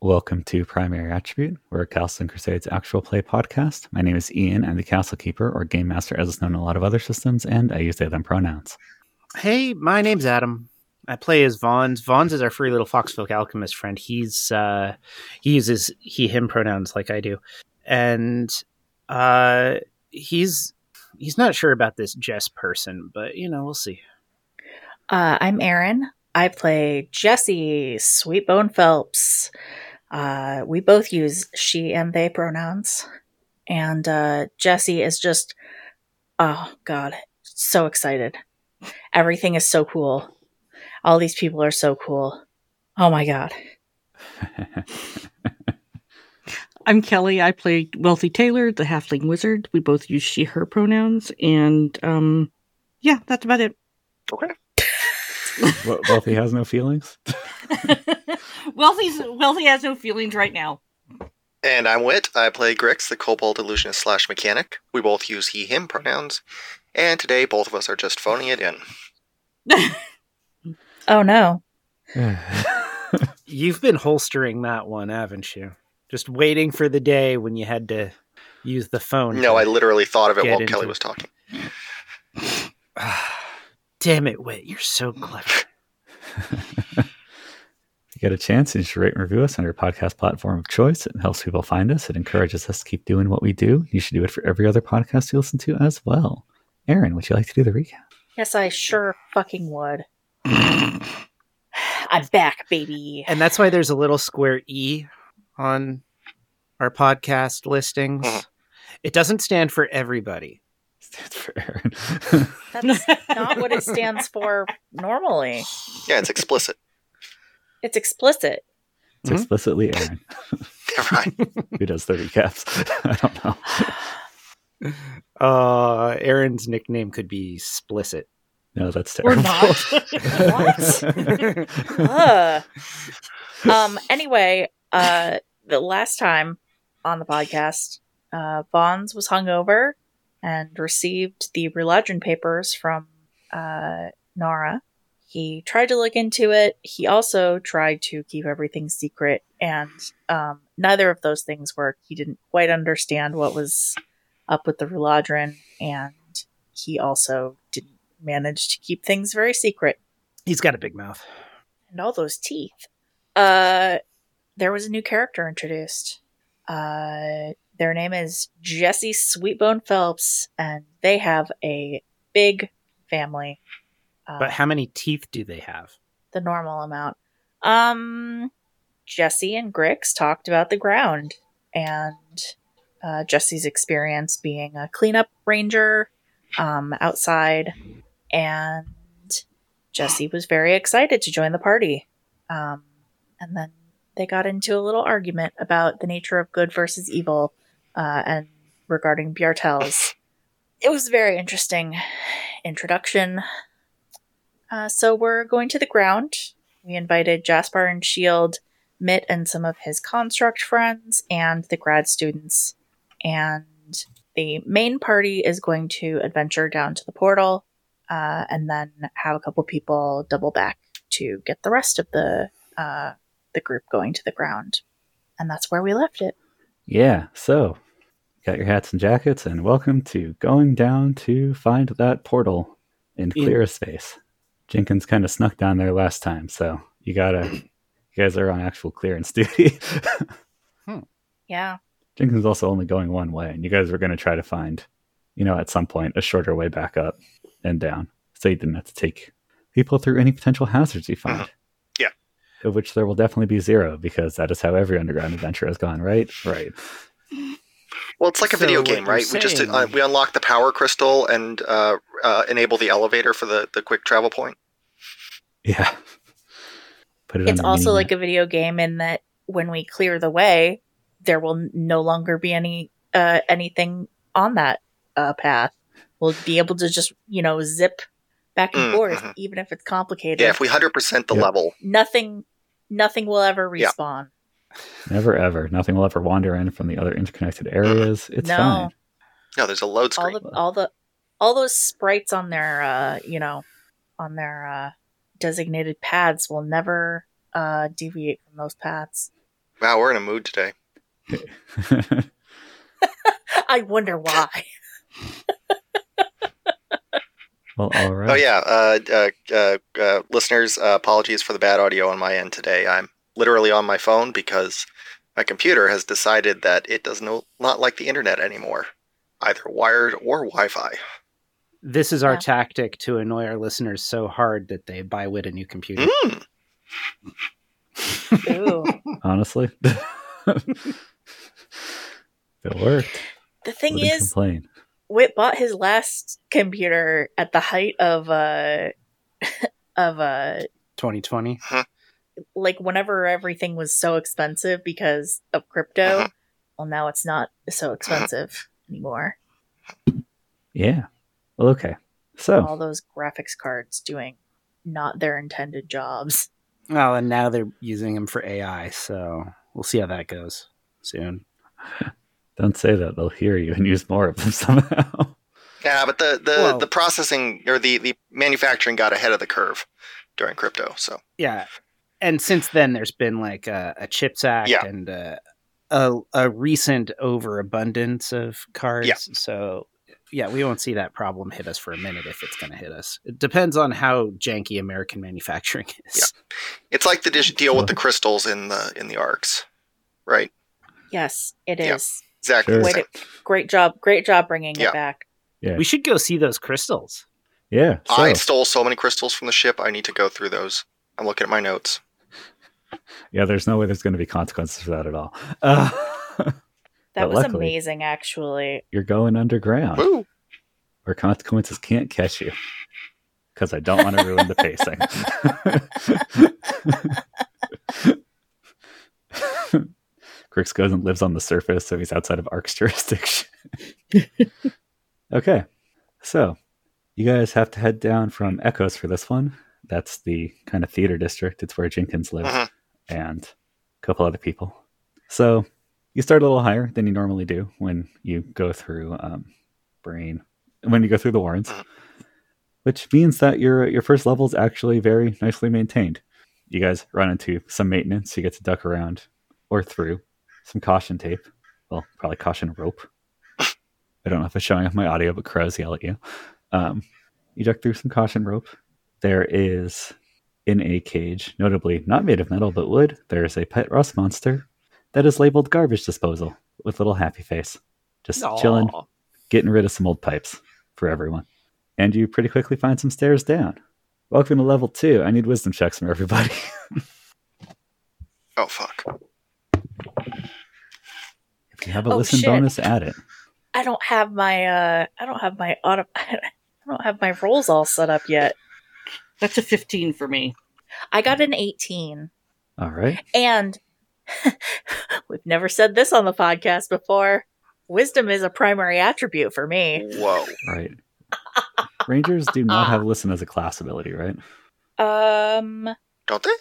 Welcome to Primary Attribute. We're Castle and Crusade's actual play podcast. My name is Ian. I'm the Castle Keeper, or Game Master, as it's known in a lot of other systems, and I use they, them pronouns. Hey, my name's Adam. I play as Vons. Vons is our free little Foxfolk alchemist friend. He's uh, he uses he him pronouns like I do, and uh, he's he's not sure about this Jess person, but you know we'll see. Uh, I'm Erin. I play Jessie Sweetbone Phelps. Uh, we both use she and they pronouns. And uh, Jessie is just, oh God, so excited. Everything is so cool. All these people are so cool. Oh my God. I'm Kelly. I play Wealthy Taylor, the halfling wizard. We both use she, her pronouns. And um, yeah, that's about it. Okay. Wel- Wealthy has no feelings. Wealthy's, Wealthy has no feelings right now. And I'm Wit. I play Grix, the kobold illusionist slash mechanic. We both use he, him pronouns. And today, both of us are just phoning it in. Oh no. You've been holstering that one, haven't you? Just waiting for the day when you had to use the phone. No, I literally thought of it Get while into Kelly it. was talking. Damn it, Wit! You're so clever. If you get a chance, you should rate and review us on your podcast platform of choice. It helps people find us. It encourages us to keep doing what we do. You should do it for every other podcast you listen to as well. Aaron, would you like to do the recap? Yes, I sure fucking would. I'm back, baby. And that's why there's a little square E on our podcast listings. Mhm. It doesn't stand for everybody. Stands for Aaron. That's not what it stands for normally. Yeah, it's explicit. It's explicit. it's Mhm. explicitly Aaron Never mind. who does the recaps. I don't know. Uh Aaron's nickname could be Splicit. No, that's Or terrible. not. Ugh. um anyway uh the last time on the podcast uh bonds was hungover and received the religion papers from uh nara he tried to look into it he also tried to keep everything secret and um neither of those things worked he didn't quite understand what was up with the reladrin and he also didn't manage to keep things very secret He's got a big mouth. and all those teeth. Uh, there was a new character introduced. Uh, their name is Jesse Sweetbone Phelps, and they have a big family. Uh, But how many teeth do they have? the normal amount. Um, Jesse and Grix talked about the ground and uh, Jesse's experience being a cleanup ranger um, outside, and Jesse was very excited to join the party. Um, and then they got into a little argument about the nature of good versus evil, uh, and regarding Bjartel's. It was a very interesting introduction. Uh, so we're going to the ground. We invited Jasper and Shield, Mitt and some of his construct friends, and the grad students. And the main party is going to adventure down to the portal, uh, and then have a couple people double back to get the rest of the uh, the group going to the ground. And that's where we left it. Yeah, so got your hats and jackets, and welcome to going down to find that portal in Yeah. clear space. Jenkins kind of snuck down there last time, so you gotta, you guys are on actual clearance duty. Yeah. Jenkins is also only going one way, and you guys were gonna try to find, you know, at some point a shorter way back up and down, so you didn't have to take people through any potential hazards you find. Yeah. Of which there will definitely be zero because that is how every underground adventure has gone, right? Right. Well, it's like a So video what game, you're right? We just saying- uh, we unlock the power crystal and uh, uh, enable the elevator for the, the quick travel point. Yeah. Put it It's on the also mini like a video game in that when we clear the way, there will n- no longer be any uh, anything on that uh, path. We'll be able to just you know zip back and Mm, forth, mhm. even if it's complicated. Yeah, if we hundred percent the Yep. level, nothing, nothing will ever Yeah. respawn. map. Never ever. Nothing will ever wander in from the other interconnected areas. It's No. fine. no, there's a load screen. All the all the all those sprites on their uh, you know on their uh, designated paths will never uh, deviate from those paths. Wow, we're in a mood today. I wonder why. well, all right. Oh yeah, uh, uh, uh, uh, listeners, uh, apologies for the bad audio on my end today. I'm literally on my phone because my computer has decided that it does no, not like the internet anymore, either wired or Wi-Fi. This is our Yeah. tactic to annoy our listeners so hard that they buy Wit a new computer. Hmm. Mm. Ooh. Honestly, if it worked, the thing wouldn't is, complain. Whit bought his last computer at the height of uh of uh 2020. like whenever everything was so expensive because of crypto. Uh-huh. Well, now it's not so expensive anymore. Yeah. Well, okay. So All those graphics cards doing not their intended jobs. Well, and now they're using them for AI, so we'll see how that goes soon. don't say that; they'll hear you and use more of them somehow. Yeah, but the the, Well- the processing or the the manufacturing got ahead of the curve during crypto. So Yeah. And since then, there's been like a, a CHIPS Act Yeah. and uh a, a recent overabundance of cards. Yeah. So, yeah, we won't see that problem hit us for a minute if it's going to hit us. It depends on how janky American manufacturing is. Yeah. it's like the dish deal with the crystals in the in the arcs, right? Yes, it Yeah. is. Exactly. Sure. the Way same. to, great job. Great job bringing Yeah. it back. Yeah. We should go see those crystals. yeah. So, I stole so many crystals from the ship. I need to go through those. I'm looking at my notes. yeah. There's no way there's going to be consequences for that at all. Uh, That But was luckily- amazing, actually. you're going underground. Woo! where consequences can't catch you because I don't want to ruin the pacing. Grix goes and lives on the surface, so he's outside of Ark's jurisdiction. okay, so you guys have to head down from Echoes for this one. That's the kind of theater district. It's where Jenkins lives Mhm. and a couple other people. So you start a little higher than you normally do when you go through um, Brain, when you go through the Warrens, Mhm. which means that your your first level is actually very nicely maintained. You guys run into some maintenance. You get to duck around or through some caution tape. Well, probably caution rope. I don't know if it's showing off my audio, but crows yell at you. Um, you duck through some caution rope. There is in a cage, notably not made of metal but wood, there is a pet rust monster that is labeled garbage disposal with little happy face. Just chilling, Aw. getting rid of some old pipes for everyone. And you pretty quickly find some stairs down. Welcome to level two. I need wisdom checks from everybody. Oh fuck! if you have a Oh, listen shit. bonus, add it. I don't have my uh I don't have my auto I don't have my rolls all set up yet. That's a 15 for me. I got an 18 All right. and we've never said this on the podcast before. Wisdom is a primary attribute for me. Whoa! Right. Rangers do not have listen as a class ability, right? Um Don't they?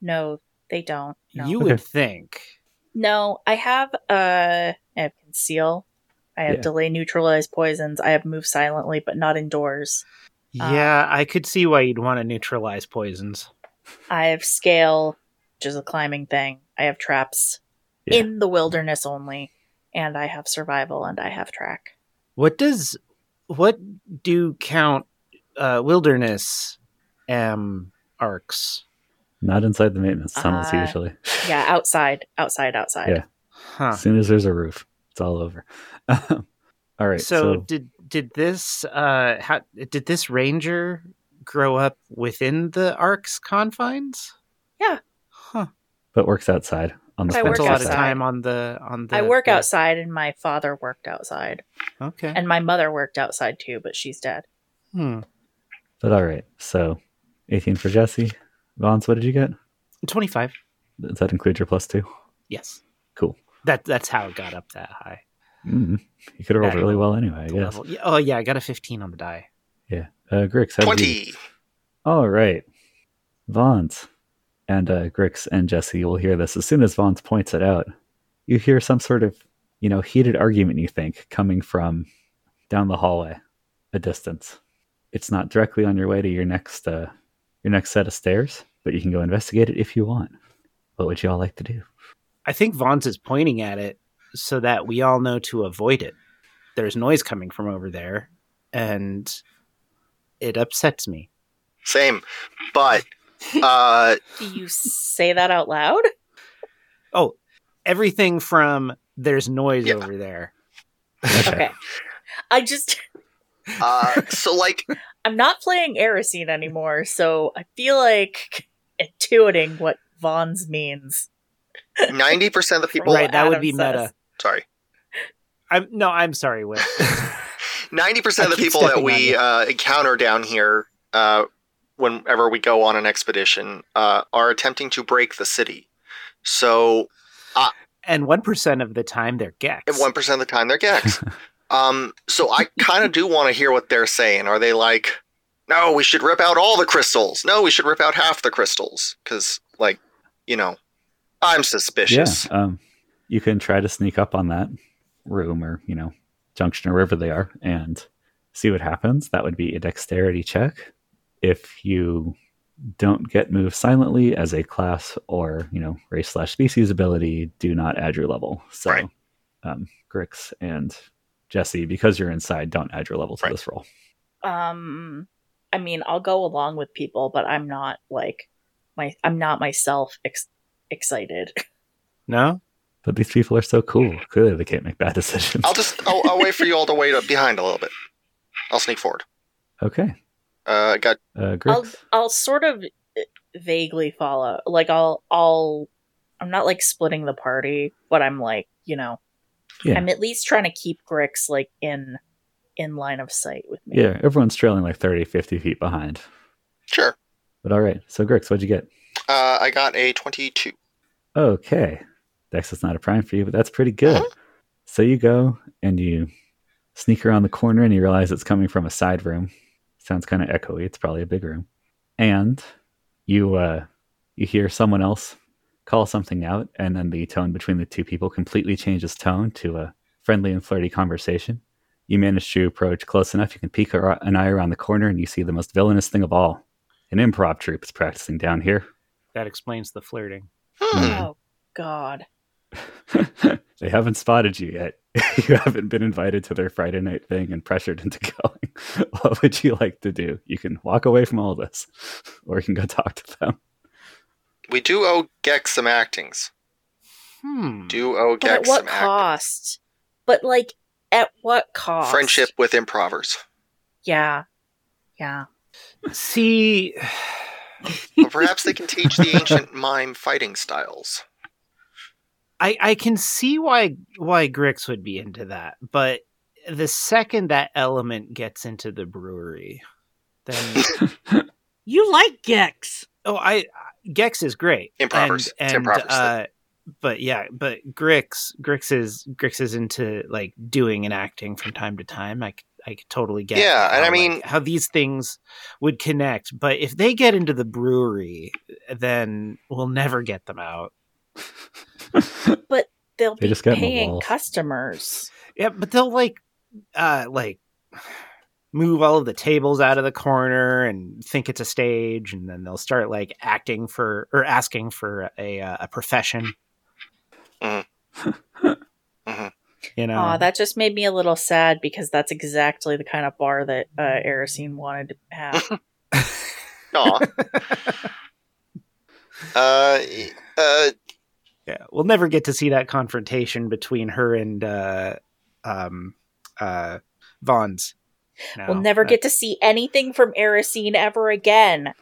no, they don't. No. You Okay. would think. No, I have uh I have conceal. I have Yeah. delay neutralize poisons. I have move silently but not indoors. Uh, Yeah, I could see why you'd want to neutralize poisons. I have scale, which is a climbing thing. I have traps Yeah. in the wilderness only, and I have survival and I have track. What does what do count uh, wilderness um arcs? Not inside the maintenance tunnels, Uh, usually. Yeah, outside, outside, outside. Yeah. Huh. As soon as there's a roof, it's all over. all right. so, did did this uh how did this ranger grow up within the arcs confines? Yeah. Huh. but works outside on the I That's work a lot of outside. time on the on the I work the- outside, and my father worked outside, Okay. and my mother worked outside too, but she's dead. hmm. But all right, so 18 for Jesse. Vons, what did you get? Twenty five. Does that include your plus two? Yes. Cool. That that's how it got up that high. Mm. You could have rolled Yeah. really well anyway, I the guess. level. Yeah, Oh yeah, I got a fifteen on the die. Uh, Grix, how did you- Twenty. All right. Vons and uh, Grix and Jesse will hear this. As soon as Vons points it out, you hear some sort of, you know, heated argument, you think, coming from down the hallway a distance. It's not directly on your way to your next uh, your next set of stairs, but you can go investigate it if you want. What would you all like to do? I think Vaughn's is pointing at it so that we all know to avoid it. There's noise coming from over there, and it upsets me. Same, but uh, Do you say that out loud? Oh, Everything from there's noise Yeah. over there. Okay. I just uh, so like I'm not playing Erisine anymore, so I feel like intuiting what Vaughn's means. ninety percent of the people. right, that would Adam be meta. says. Sorry, I'm no, I'm sorry, Will. ninety percent I of the keep people that stepping on we you. uh, encounter down here, uh, whenever we go on an expedition, uh, are attempting to break the city. So and one percent of the time they're gex. at one percent of the time they're gags. um, so I kind of do want to hear what they're saying. Are they like, no, we should rip out all the crystals? No, we should rip out half the crystals because, like, you know, I'm yeah, suspicious. um, you can try to sneak up on that room or you know junction or wherever they are and see what happens. That would be a dexterity check. If you don't get moved silently as a class or you know race slash species ability, do not add your level. So, Right. um, Grix and Jesse, because you're inside, don't add your level to Right. this roll. Um I mean, I'll go along with people, but I'm not like my I'm not myself ex- excited. No, But these people are so cool. Clearly, they can't make bad decisions. Mm-hmm. I'll just I'll, I'll wait for you all to wait up behind a little bit. I'll sneak forward. okay, Uh, I got uh, I'll Grix. I'll sort of uh, vaguely follow. Like I'll I'll I'm not like splitting the party, but I'm like, you know, Yeah. I'm at least trying to keep Grix like in in line of sight with me. Yeah, everyone's trailing like 30, 50 feet behind. sure. But all right. So, Grix, what'd you get? Uh, I got a twenty-two. Okay. Dex is not a prime for you, but that's pretty good. So you go and you sneak around the corner and you realize it's coming from a side room. Sounds kind of echoey. It's probably a big room. And you uh, you hear someone else call something out, and then the tone between the two people completely changes tone to a friendly and flirty conversation. You manage to approach close enough. You can peek ar- an eye around the corner, and you see the most villainous thing of all: an improv troupe is practicing down here. that explains the flirting. Hmm. Oh god. they haven't spotted you yet. you haven't been invited to their Friday night thing and pressured into going. what would you like to do? You can walk away from all this, or you can go talk to them. We do owe Gex some actings. Hmm. Do owe But at Gex what some acting. cost? But like at what cost? Friendship with improvers. Yeah. Yeah. See, But perhaps they can teach the ancient mime fighting styles. I I can see why why Grix would be into that, but the second that element gets into the brewery, then You like Gex. oh I Gex is great. Improvers. It's And, and improvers. uh, but yeah, but Grix Grix is Grix is into like doing and acting from time to time. I c- I could totally get Yeah, and how, I mean- like, how these things would connect, but if they get into the brewery, then we'll never get them out. They'll They be just got in the paying walls. customers. Yeah, but they'll like uh like move all of the tables out of the corner and think it's a stage and then they'll start like acting for or asking for a uh, a profession. Mhm. Mhm. You know. Aw, that just made me a little sad because that's exactly the kind of bar that uh, Erisine wanted to have. Aw. uh, uh, yeah, we'll never get to see that confrontation between her and uh um uh Vaughn's. No, we'll never that- get to see anything from Erisine ever again.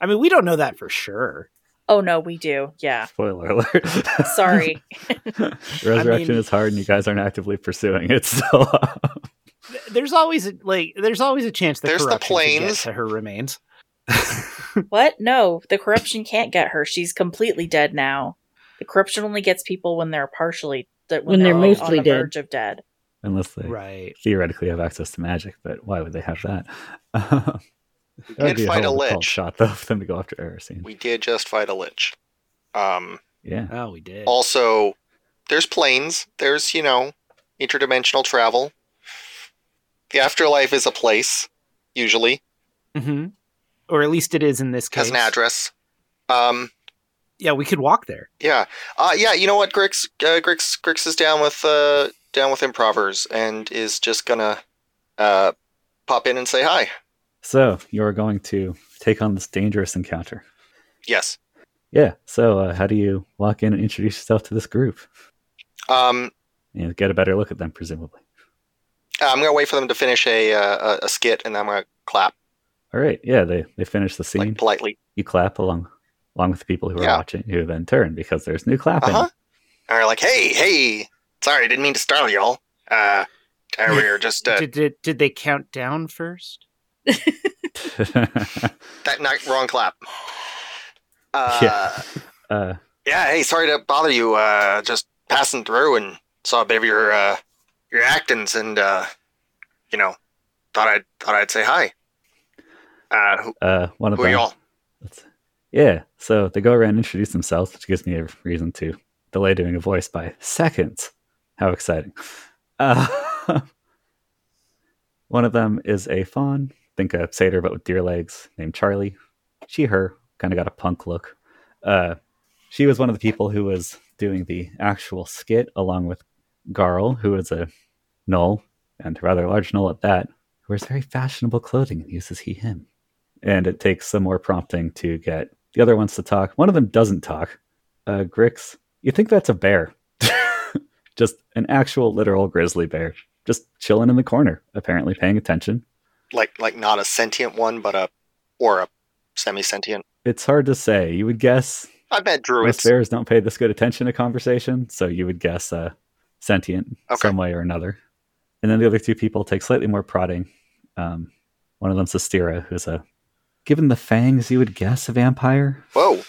I mean, we don't know that for sure. Oh no, we do. Yeah. Spoiler alert. Sorry. Resurrection I mean- is hard, and you guys aren't actively pursuing it. So, uh, Th- There's always a, like there's always a chance that There's the corruption could get planes. to her remains. what? No, the corruption can't get her. She's completely dead now. The corruption only gets people when they're partially that when, When they're, they're on- on mostly the dead. verge of dead. unless they Right. theoretically have access to magic, but why would they have that? that would did be a fight a hell of a cold lich. shot, though, for them to go after Erisine. we did just fight a lich. Um, yeah. Oh, we did. also, there's planes. There's, you know, interdimensional travel. The afterlife is a place, usually, Mm-hmm. Or at least it is in this case. has an address. Um, Yeah, we could walk there. Yeah, uh, yeah. You know what, Grix, uh, Grix, Grix is down with uh, down with improvers and is just gonna uh, pop in and say hi. So you are going to take on this dangerous encounter. Yes. Yeah. So uh, how do you walk in and introduce yourself to this group Um, and get a better look at them, presumably? Uh, I'm gonna wait for them to finish a uh, a, a skit and I'm gonna clap All right. Yeah. They they finish the scene. like politely. you clap along along with the people who are Yeah. watching, who then turn because there's new clapping. Uh huh. And we're like, hey, hey, sorry, didn't mean to startle y'all. Uh, uh, we were just uh, Did, did did they count down first? that not wrong clap. Uh, Yeah. uh, Yeah, hey, sorry to bother you. Uh, just passing through and saw a bit of your uh, your actings, and uh, you know, thought I'd thought I'd say hi. Uh, who, uh, one of who are them. y'all? Let's- yeah. So they go around and introduce themselves, which gives me a reason to delay doing a voice by seconds. How exciting. Uh, one of them is a fawn, think a satyr but with deer legs, named Charlie. She, her, kind of got a punk look. Uh, she was one of the people who was doing the actual skit along with Garl, who is a gnoll, and a rather large gnoll at that, who wears very fashionable clothing and uses he, him and it takes some more prompting to get the other ones to talk. One of them doesn't talk. Uh, Grix, you think that's a bear? just an actual literal grizzly bear, just chilling in the corner, apparently paying attention. Like like not a sentient one, but a or a semi sentient. It's hard to say. You would guess I've met most druids. bears don't pay this good attention to conversation, so you would guess uh, sentient Okay. some way or another. And then the other two people take slightly more prodding. Um, one of them's Astira, who's a, given the fangs, you would guess a vampire. Whoa,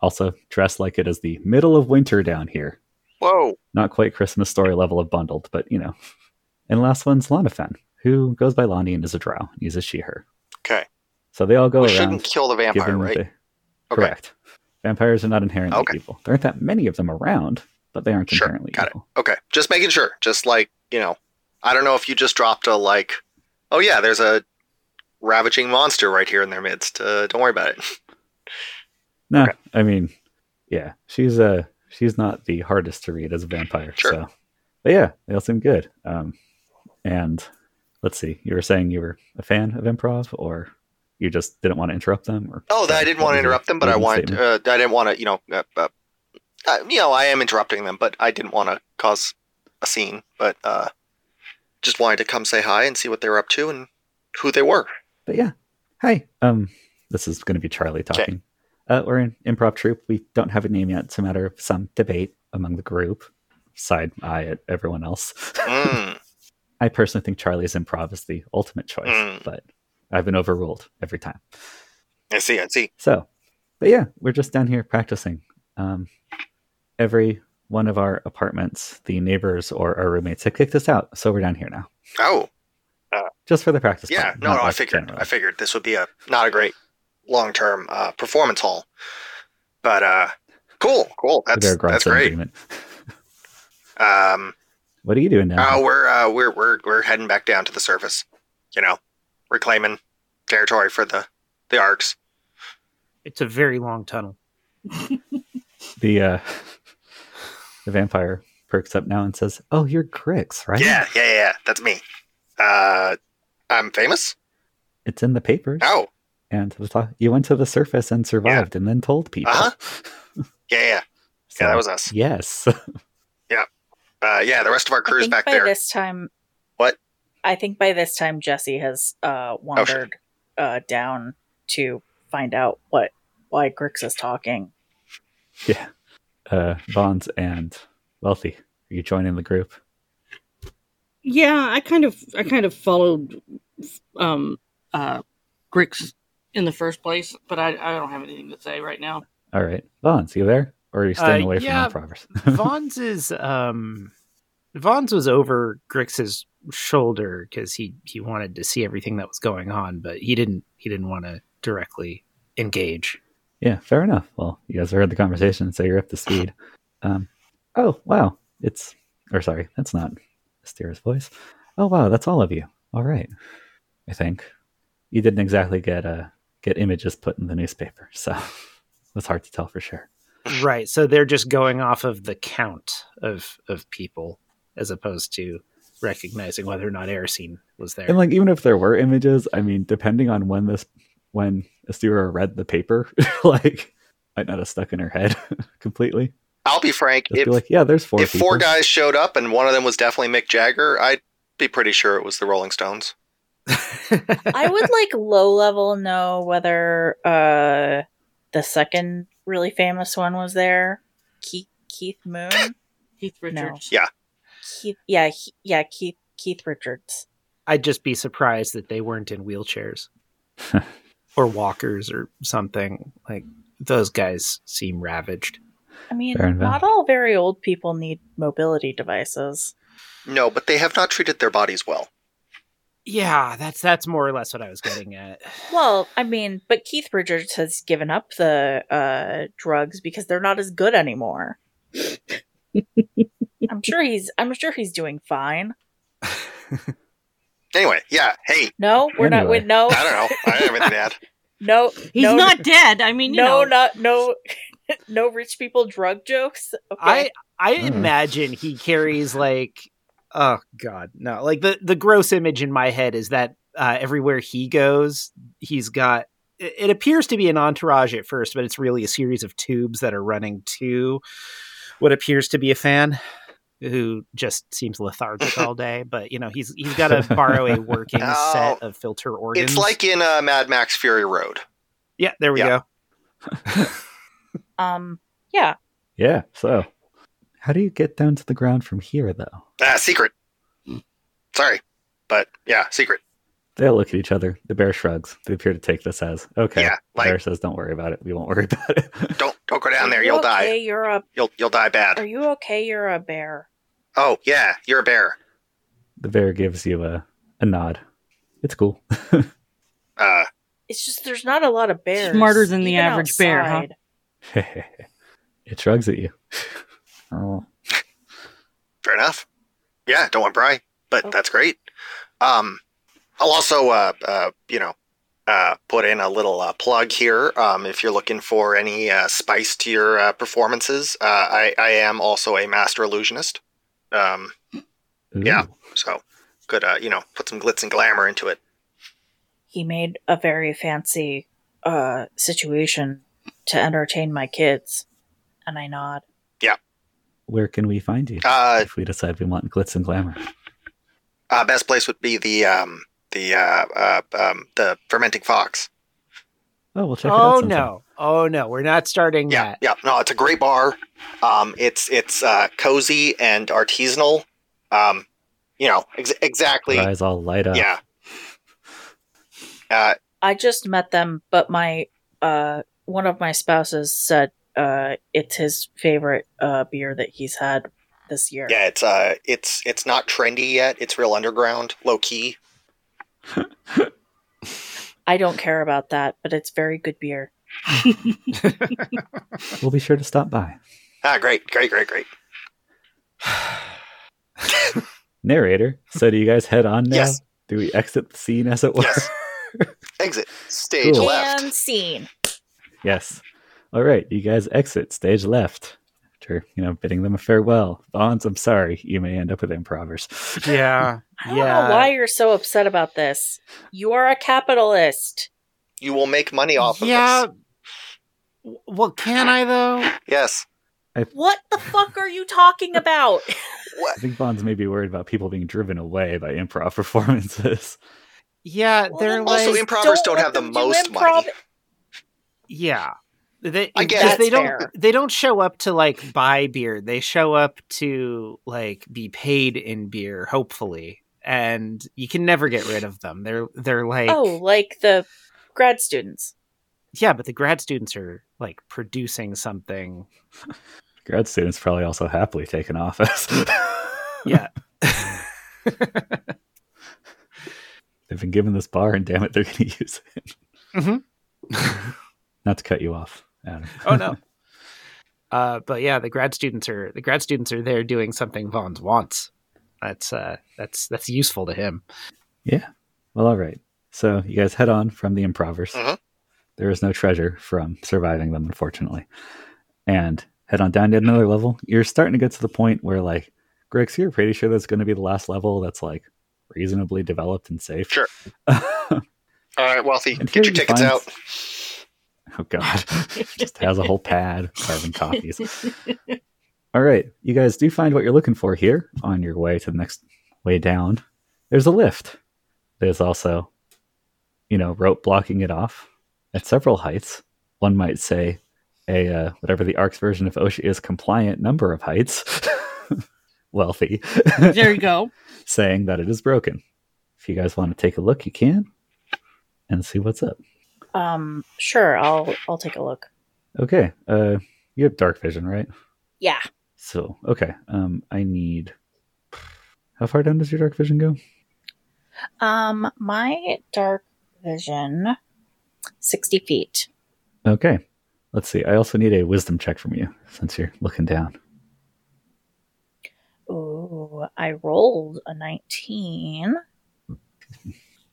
Also, dressed like it is the middle of winter down here. whoa. Not quite Christmas story level of bundled, but you know. And last one's Lanafen, who goes by Lonnie and is a drow. He's a she, her. Okay, So they all go we shouldn't around. kill the vampire, giving right? the- Okay. Correct. Vampires are not inherently Okay. evil. There aren't that many of them around, but they aren't Sure, inherently got it. evil. Okay, just making sure. Just like you know, I don't know if you just dropped a like. Oh yeah, there's a ravaging monster right here in their midst. Uh, don't worry about it. No, Okay. I mean, yeah, she's uh she's not the hardest to read as a vampire. Sure. So, but yeah, they all seem good. Um, and let's see, you were saying you were a fan of improv, or you just didn't want to interrupt them, or Oh, that I sorry, didn't what want to was your interrupt them, but I leading wanted. statement? Uh, I didn't want to. You know, uh, uh, uh, you know, I am interrupting them, but I didn't want to cause a scene. But uh, just wanted to come say hi and see what they were up to and who they were. But yeah, hi. Um, this is going to be Charlie talking. Uh, we're an improv troupe. We don't have a name yet. It's a matter of some debate among the group. Side eye at everyone else. Mm, I personally think Charlie's improv is the ultimate choice, Mm. but I've been overruled every time. I see. I see. So, but yeah, we're just down here practicing. Um, every one of our apartments, the neighbors or our roommates have kicked us out, so we're down here now, Oh, just for the practice. yeah. part, No, not no. I like figured. generally. I figured this would be a not a great long term uh, performance hall, but uh, cool, cool. That's Their gross that's great. agreement. Um, What are you doing now? Oh, we're uh, we're we're we're heading back down to the surface. You know, reclaiming territory for the the arcs. It's a very long tunnel. The uh, the vampire perks up now and says, "Oh, you're Grix, right? Yeah, yeah, yeah, yeah. That's me. Uh, I'm famous. it's in the papers. Oh, And the th- you went to the surface and survived, and then told people. Uh-huh. yeah, yeah, So, yeah. That was us. yes. Uh, yeah, the rest of our I crew's think back by there. this time, What? Oh, I think by this time Jesse has uh, wandered uh, down to find out what why Grix is talking. Yeah. Uh, Bonds and Wealthy, are you joining the group? Yeah, I kind of I kind of followed um uh Grix in the first place, but I, I don't have anything to say right now. All right. Bonds, you there? Or are you staying Uh, away yeah. from improvers? Vaughn's is um, Vaughn's was over Grix's shoulder because he he wanted to see everything that was going on, but he didn't he didn't want to directly engage. yeah, fair enough. Well, you guys heard the conversation, so you're up to speed. Um, oh, wow. It's, or sorry, that's not Astera's voice. Oh, wow, that's all of you. All right. I think. You didn't exactly get uh, get images put in the newspaper, so it's hard to tell for sure. right. So they're just going off of the count of of people as opposed to recognizing whether or not Erosine was there. And like, even if there were images, I mean, depending on when this when Astira read the paper, like, might not have stuck in her head completely. I'll be frank. Just if be like, yeah, there's four. if four people." guys showed up and one of them was definitely Mick Jagger, I'd be pretty sure it was the Rolling Stones. I would like low level know whether uh the second really famous one was there. Keith Keith Moon. Keith Richards. Yeah. Keith yeah, he, yeah, Keith Keith Richards. I'd just be surprised that they weren't in wheelchairs or walkers or something. Like those guys seem ravaged. I mean, Fair and not valid. all very old people need mobility devices. No, but they have not treated their bodies well. Yeah, that's that's more or less what I was getting at. Well, I mean, but Keith Richards has given up the uh drugs because they're not as good anymore. I'm sure he's I'm sure he's doing fine. Anyway, yeah. Hey, No, we're not we Anyway. no I don't know. I don't have anything to add. no He's no, not dead. I mean, you no, know, not no, no rich people drug jokes. Okay, I I Mm. imagine he carries like oh god no like the the gross image in my head is that uh, everywhere he goes he's got it it appears to be an entourage at first but it's really a series of tubes that are running to what appears to be a fan who just seems lethargic all day but you know he's he's got to borrow a working Oh. set of filter organs It's like in uh, Mad Max Fury Road. yeah there we Yeah. go um, yeah, yeah. So, how do you get down to the ground from here, though? Ah, secret. Sorry, but yeah, secret. They all look at each other. The bear shrugs. They appear to take this as okay. Yeah, the bear like says, "Don't worry about it. We won't worry about it." don't don't go down there. Are You'll you die. okay? You're a. You'll you'll die Are bad. you okay? You're a bear. Oh yeah, you're a bear. the bear gives you a, a nod. It's cool. Uh, It's just there's not a lot of bears. Smarter than the even average bear, huh? outside. it shrugs at you. Oh, fair enough. Yeah, don't want Bry, but that's great. Um, I'll also uh, uh you know uh put in a little uh, plug here. Um, if you're looking for any uh, spice to your uh, performances, uh, I I am also a master illusionist. Um, ooh. Yeah. so could uh you know put some glitz and glamour into it. He made a very fancy uh situation to entertain my kids, and I nod. Where can we find you Uh, if we decide we want glitz and glamour? Uh, best place would be the um, the uh, uh, um, the fermenting fox. Oh, we'll check it out. oh sometime. no oh no we're not starting Yeah, that yeah. No, it's a great bar. Um, it's it's uh, cozy and artisanal. Um, you know ex- exactly. Her eyes all light up. Yeah. Uh, I just met them, but my uh one of my spouses said uh it's his favorite uh beer that he's had this year. yeah, it's uh, it's it's not trendy yet. It's real underground, low key. I don't care about that, but it's very good beer. We'll be sure to stop by. Ah, great, great, great, great. Narrator. So do you guys head on now? Yes. Do we exit the scene as it were? Yes. Exit stage Cool. left. And scene. Yes. All right, you guys exit stage left. After, you know, bidding them a farewell. Bonds, I'm sorry. You may end up with improvers. yeah I don't yeah know why you're so upset about this. You are a capitalist. You will make money off of yeah. this. W- Well, can I though? Yes. What the fuck are you talking about? I think Bonds may be worried about people being driven away by improv performances. Yeah, Well, they're then Also, like, imp- improvers don't let have the them do most money. yeah. They, I guess. because they That's don't fair. they don't show up to like buy beer. They show up to like be paid in beer, hopefully. And you can never get rid of them. They're they're like Oh, like the grad students. yeah, but the grad students are like producing something. Grad students probably also happily take an office. Yeah. They've been given this bar, and damn it, they're going to use it. Mhm. Not to cut you off, Adam. oh no. Uh, but yeah, the grad students are the grad students are there doing something Vaughn's wants. That's uh, that's that's useful to him. Well, all right. So you guys head on from the improvers. Mhm. There is no treasure from surviving them, unfortunately. and head on down to another level, you're starting to get to the point where like Grix, you're pretty sure that's going to be the last level that's like reasonably developed and safe. Sure. oh All right, Wealthy, And get here your you tickets find- out. Oh, God, just has a whole pad carving copies. All right, you guys do find what you're looking for here on your way to the next way down. There's a lift. There's also, you know, rope blocking it off at several heights. One might say a uh, whatever the arc's version of OSHA is compliant number of heights. Wealthy, There you go. saying that it is broken. If you guys want to take a look, you can and see what's up. Um, sure, I'll I'll take a look. Okay, uh, you have dark vision, right? Yeah. So okay, um, I need. How far down does your dark vision go? Um, my dark vision, sixty feet. Okay, let's see. I also need a wisdom check from you since you're looking down. Ooh, I rolled a nineteen.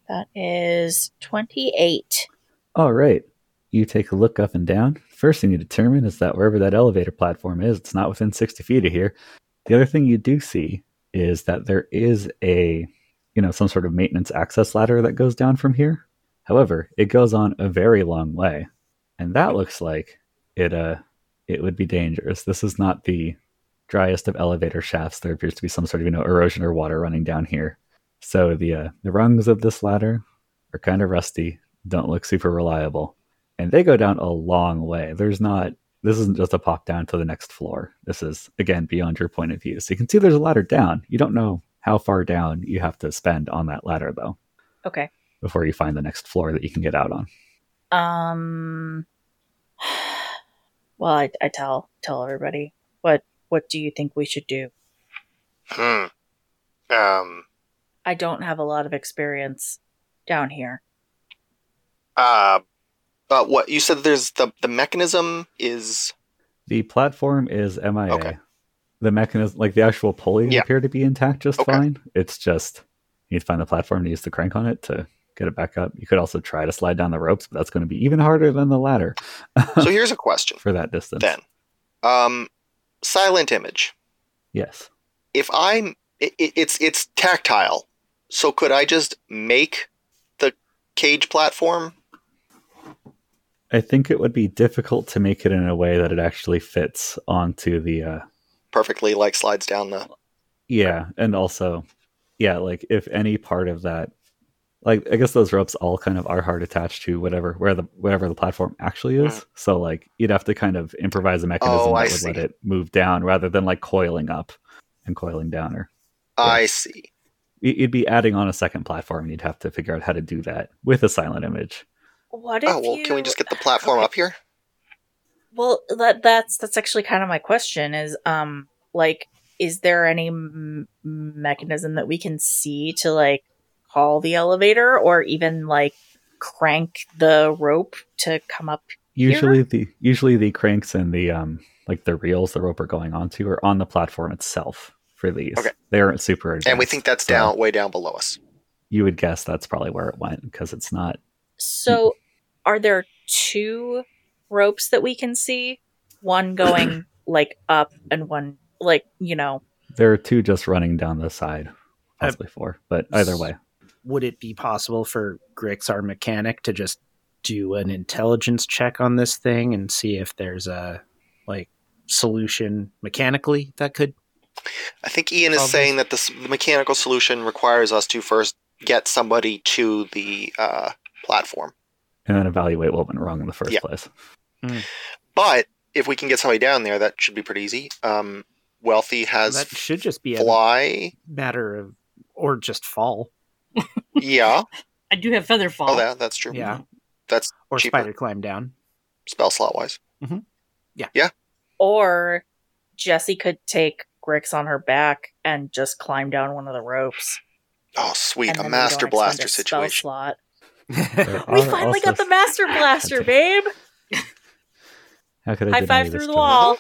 That is twenty-eight. All right, you take a look up and down. First thing you determine is that wherever that elevator platform is, it's not within sixty feet of here. The other thing you do see is that there is a, you know, some sort of maintenance access ladder that goes down from here. However, it goes on a very long way, and that looks like it. Uh, it would be dangerous. This is not the driest of elevator shafts. There appears to be some sort of you know erosion or water running down here. So the uh, the rungs of this ladder are kind of rusty, don't look super reliable, and they go down a long way. There's not this isn't just a pop down to the next floor. This is again beyond your point of view. So you can see there's a ladder down. You don't know how far down you have to spend on that ladder though Okay. before you find the next floor that you can get out on. Um. Well, I, I tell tell everybody what what do you think we should do? Hmm. Um. I don't have a lot of experience down here. Uh. But what you said? There's the the mechanism is The platform is MIA. Okay. The mechanism, like the actual pulleys, Yeah. appear to be intact just Okay. fine. It's just you need to find the platform to use the crank on it to get it back up. You could also try to slide down the ropes, but that's going to be even harder than the ladder so. Here's a question for that distance. then. Um, silent image. Yes. If I'm, it, it- it's it's tactile. So could I just make the cage platform? I think it would be difficult to make it in a way that it actually fits onto the uh, perfectly like slides down the Yeah, and also, yeah, like if any part of that, like I guess those ropes all kind of are hard attached to whatever where the whatever the platform actually is. So like you'd have to kind of improvise a mechanism Mm. Oh, that I would see. let it move down rather than like coiling up and coiling down. Or I see. y- you'd be adding on a second platform, and you'd have to figure out how to do that with a silent image. What if Oh well, you... can we just get the platform up here? Well, that that's that's actually kind of my question is um like is there any m- mechanism that we can see to like call the elevator or even like crank the rope to come up? Usually the usually the cranks and the um like the reels the rope are going onto are on the platform itself for these. Okay. They aren't super advanced. And we think that's so- down way down below us. you would guess that's probably where it went because it's not So are there two ropes that we can see? One going like up and one like, you know, there are two just running down the side Uh, possibly four but either way Would it be possible for Grix, our mechanic, to just do an intelligence check on this thing and see if there's a like solution mechanically that could? I think Ian is Probably. saying that the, s- the mechanical solution requires us to first get somebody to the uh, platform. and then evaluate what went wrong in the first Yeah. place But if we can get somebody down there, that should be pretty easy. Um, Wealthy has that should just be a fly. matter of or just fall yeah. I do have feather fall. Oh, that that's true. Yeah. That's or Cheaper. spider climb down. spell slot wise. or Jesse could take Grix on her back and just climb down one of the ropes. Oh, sweet, and a then we don't master expend blaster a spell situation. slot. There We are finally got also- the master blaster, babe. how could I High deny five you through this the joy? wall.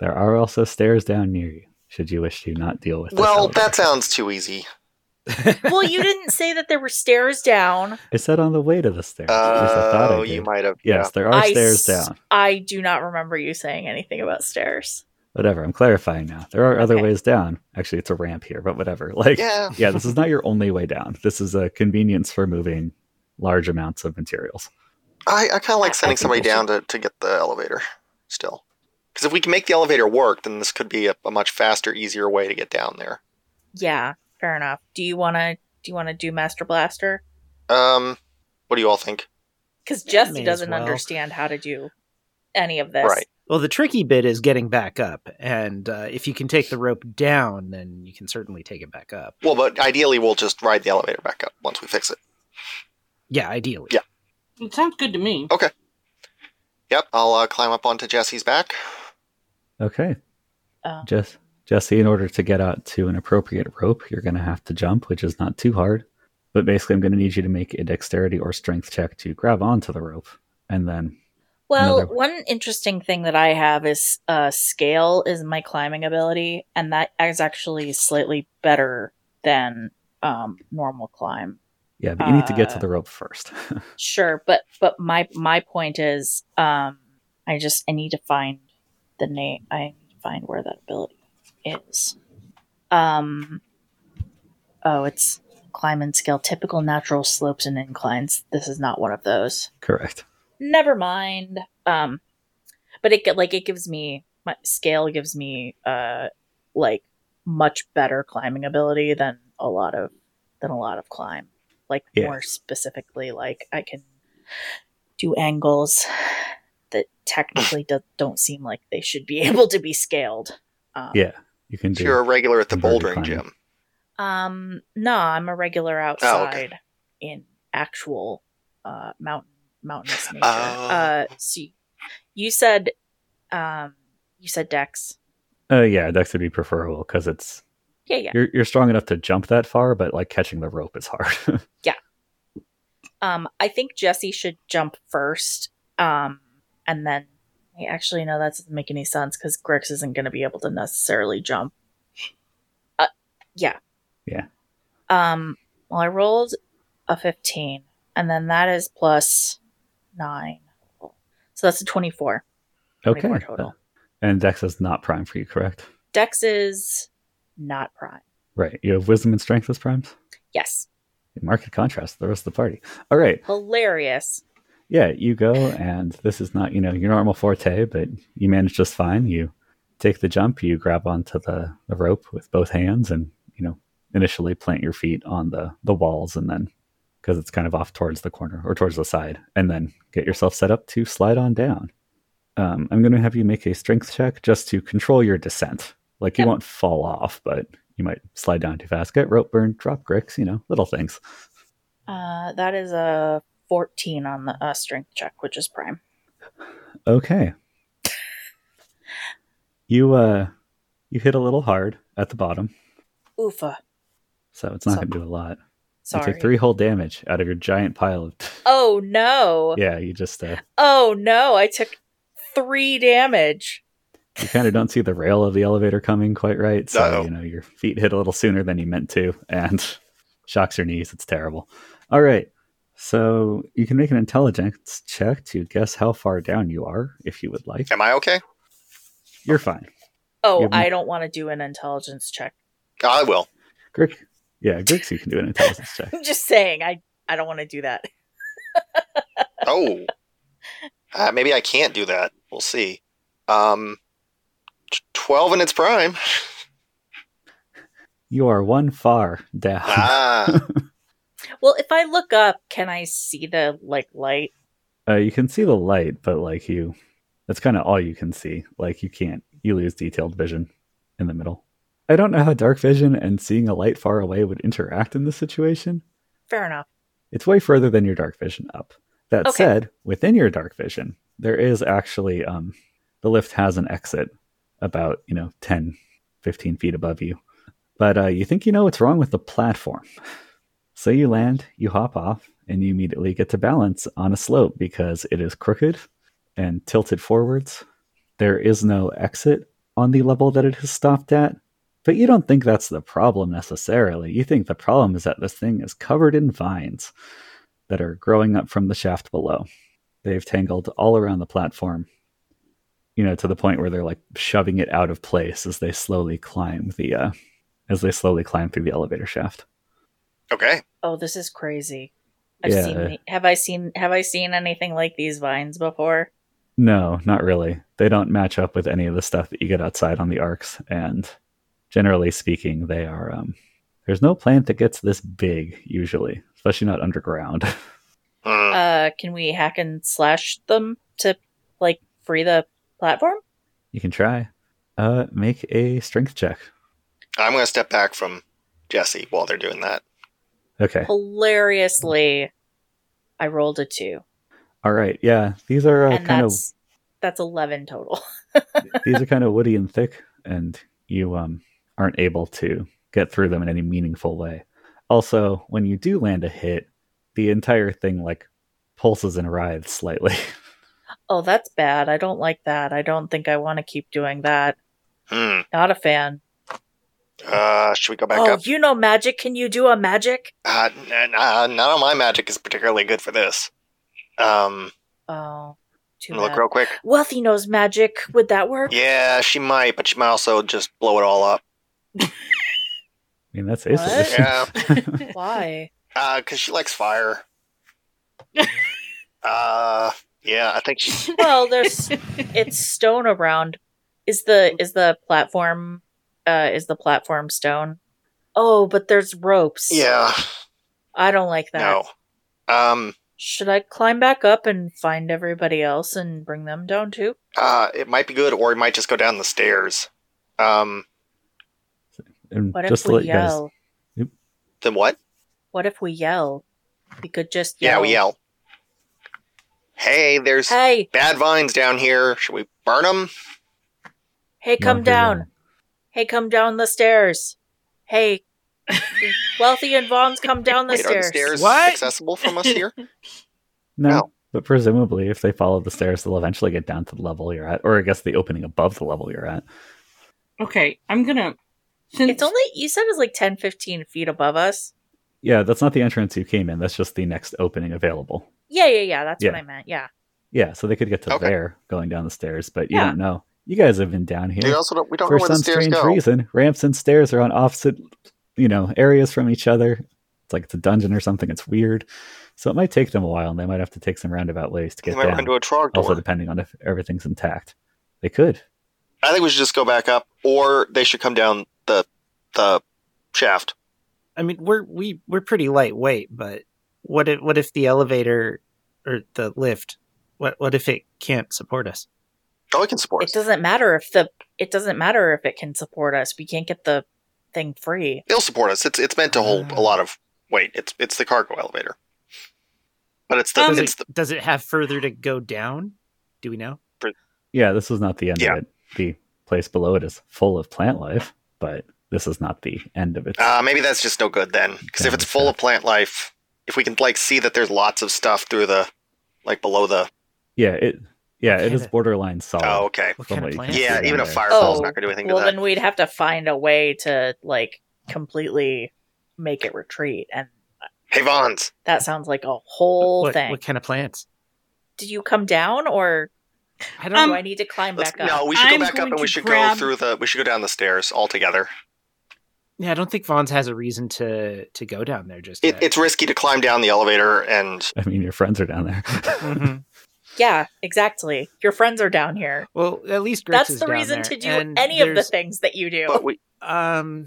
there are also stairs down near you should you wish to not deal with this Well, elevator. that sounds too easy. well, you didn't say that there were stairs down. I said on the way to the stairs. at least I thought I Oh, did. you might have. Yes, there are I stairs s- down. I do not remember you saying anything about stairs. Whatever. I'm clarifying now. There are other Okay. ways down. Actually, it's a ramp here, but whatever. Like, Yeah. yeah, this is not your only way down. This is a convenience for moving large amounts of materials. I, I kind of I- I like sending think somebody we'll down to, to get the elevator still. Because if we can make the elevator work, then this could be a, a much faster, easier way to get down there. Yeah, fair enough. Do you want to do you want to do Master Blaster? Um, what do you all think? Because Yeah, Jesse may as doesn't well. understand how to do any of this. Right. Well, the tricky bit is getting back up, and uh, if you can take the rope down, then you can certainly take it back up. Well, but ideally, we'll just ride the elevator back up once we fix it. Yeah, ideally. Yeah. It sounds good to me. Oh. Yep, I'll uh, climb up onto Jesse's back. Okay. Um, Jess, Jesse, in order to get out to an appropriate rope, you're going to have to jump, which is not too hard. But basically, I'm going to need you to make a dexterity or strength check to grab onto the rope. And then, Well, Another- one interesting thing that I have is uh, scale is my climbing ability, and that is actually slightly better than um, normal climb. yeah, but you need to get to Uh, the rope first. Sure, but but my my point is, um, I just I need to find the name. I need to find where that ability is. Um. Oh, it's climb and scale. Typical natural slopes and inclines. This is not one of those Correct. never mind. Um, but it get- like it gives me my scale gives me uh like much better climbing ability than a lot of than a lot of climb. Like Yeah. more specifically, like I can do angles that technically do- don't seem like they should be able to be scaled. Um, Yeah, you can do So you're a regular at the Inverted bouldering climbing. gym. Um, no, I'm a regular Oh, outside okay. in actual uh mountain mountainous nature. Oh. Uh so you, you said um you said Dex. Uh, yeah, dex would be preferable because it's Yeah, yeah. you're you're strong enough to jump that far, but like catching the rope is hard. Um I think Jesse should jump first. Um and then Wait, actually no that doesn't make any sense cuz Grix isn't going to be able to necessarily jump. Uh yeah. Yeah. Um well I rolled a 15 and then that is plus 9. So that's a 24. 24 okay. total. And dex is not prime for you, correct? Dex is not prime. Right. You have wisdom and strength as primes. Yes. In marked contrast to the rest of the party. All right. Hilarious. Yeah, you go, and this is not you know your normal forte, but you manage just fine. You take the jump, you grab onto the the rope with both hands, and you know initially plant your feet on the the walls, and then because it's kind of off towards the corner or towards the side, and then get yourself set up to slide on down. Um, I'm going to have you make a strength check just to control your descent. Like you Yep. won't fall off, but you might slide down too fast, get rope burn, drop gricks, you know, little things. Uh, that is a 14 on the uh, strength check, which is prime. Okay. You uh you hit a little hard at the bottom, Oofa. so it's not So- gonna do a lot. You uh, Sorry. take three whole damage out of your giant pile of Oh, no. Yeah, you just uh Oh, no. I took three damage. you kinda don't see the rail of the elevator coming quite right. So Uh-oh. you know your feet hit a little sooner than you meant to and shocks your knees, it's terrible. All right. So you can make an intelligence check to guess how far down you are if you would like. Am I okay? You're fine. Oh, Yeah, we- I don't want to do an intelligence check. I will. Grix yeah, Grix you can do an intelligence check. I'm just saying. I, I don't want to do that. Oh. Uh, maybe I can't do that. We'll see. Um, t- 12 in its prime. You are one far down. Ah. Well, if I look up, can I see the like light? Uh, you can see the light, but like you, that's kind of all you can see. Like you can't, you lose detailed vision in the middle. I don't know how dark vision and seeing a light far away would interact in this situation. Fair enough. It's way further than your dark vision up. That Okay. said, within your dark vision, there is actually, um, the lift has an exit about, you know, 10, 15 feet above you. But uh, you think you know what's wrong with the platform. So you land, you hop off, and you immediately get to balance on a slope because it is crooked and tilted forwards. There is no exit on the level that it has stopped at, But you don't think that's the problem necessarily. You think the problem is that this thing is covered in vines that are growing up from the shaft below. They've tangled all around the platform, you know, to the point where they're like shoving it out of place as they slowly climb the uh, as they slowly climb through the elevator shaft. Okay. Oh, this is crazy. I've Yeah. seen the- have I seen have I seen anything like these vines before? No, not really. They don't match up with any of the stuff that you get outside on the arcs, and generally speaking, they are. Um, there's no plant that gets this big usually, especially not underground. Hmm. Uh can we hack and slash them to like free the platform? you can try. Uh, make a strength check. I'm going to step back from Jesse while they're doing that. Okay. Hilariously, I rolled a 2 All right. Yeah, these are uh, and kind of that's that's 11 total. these are kind of woody and thick, and you um, aren't able to get through them in any meaningful way. Also, when you do land a hit, the entire thing like pulses and writhes slightly. Oh, that's bad. I don't like that. I don't think I want to keep doing that. Hmm. Not a fan. Uh, should we go back oh, up? you know magic. Can you do a magic? Uh, n- uh, none of my magic is particularly good for this. Um, Oh, too I'm gonna look bad. real quick. Wealthy knows magic. Would that work? Yeah, she might, but she might also just blow it all up. I mean, that's ace What? position. Yeah. Why? Uh, cause she likes fire. uh, yeah, I think she. Well, there's it's stone around. Is the is the platform uh is the platform stone? Oh, but there's ropes. Yeah, I don't like that. no. Um, Should I climb back up and find everybody else and bring them down too? uh, it might be good, or it might just go down the stairs. Um, And What just if to we let you guys, yell? then what? What if we yell? We could just Yeah, yell. we yell. Hey, there's Hey, bad vines down here. Should we burn them? hey, you come want to, down. uh, Hey, come down the stairs. Hey, Wealthy and Vaughn's come down the Wait, are stairs. the stairs What? accessible from us here? no, No. but presumably, if they follow the stairs, they'll eventually get down to the level you're at, or I guess the opening above the level you're at. okay, I'm gonna. Since It's only, you said it's like 10, 15 feet above us. Yeah, that's not the entrance you came in. That's just the next opening available. Yeah, yeah, yeah. That's Yeah. what I meant. Yeah. Yeah, so they could get to Okay. there going down the stairs, but you Yeah. don't know. You guys have been down here We also don't, we don't know for where the some stairs strange go. reason. Ramps and stairs are on opposite, you know, areas from each other. It's like it's a dungeon or something. It's weird, so it might take them a while, and they might have to take some roundabout ways to They get might run down. into a trog door. Also, depending on if everything's intact, they could. I think we should just go back up, or they should come down the the shaft. I mean, we're we we're pretty lightweight, but what if what if the elevator or the lift? What what if it can't support us? Oh, it can support It us. doesn't matter if the, it doesn't matter if it can support us. We can't get the thing free. It'll support us. It's it's meant to hold a lot of weight. It's it's the cargo elevator, but it's the Um, Does it's it, the does it have further to go down? Do we know? Yeah, this is not the end Yeah. of it. The place below it is full of plant life, but this is not the end of it. uh, maybe that's just no good then. Because if it's full of plant life, if we can like see that there's lots of stuff through the like below the yeah, it yeah, it Okay, is then. borderline solid. oh okay What From kind what of plan? you can yeah see even a there. fireball's Oh, not gonna do anything Well, to that. then we'd have to find a way to like completely make it retreat. And Hey Vons, that sounds like a whole What, thing. what kind of plants? Did you come down or I don't do Um, know. I need to climb let's, back up? no, we should go I'm back up going and we to should grab- go through the we should go down the stairs all together. Yeah, I don't think Vaughn's has a reason to to go down there just It, yet. it's risky to climb down the elevator and I mean, your friends are down there. Mhm. Yeah, exactly. Your friends are down here. Well, at least Grix That's is the down reason there, to do and any of the there's- things that you do. but we Um,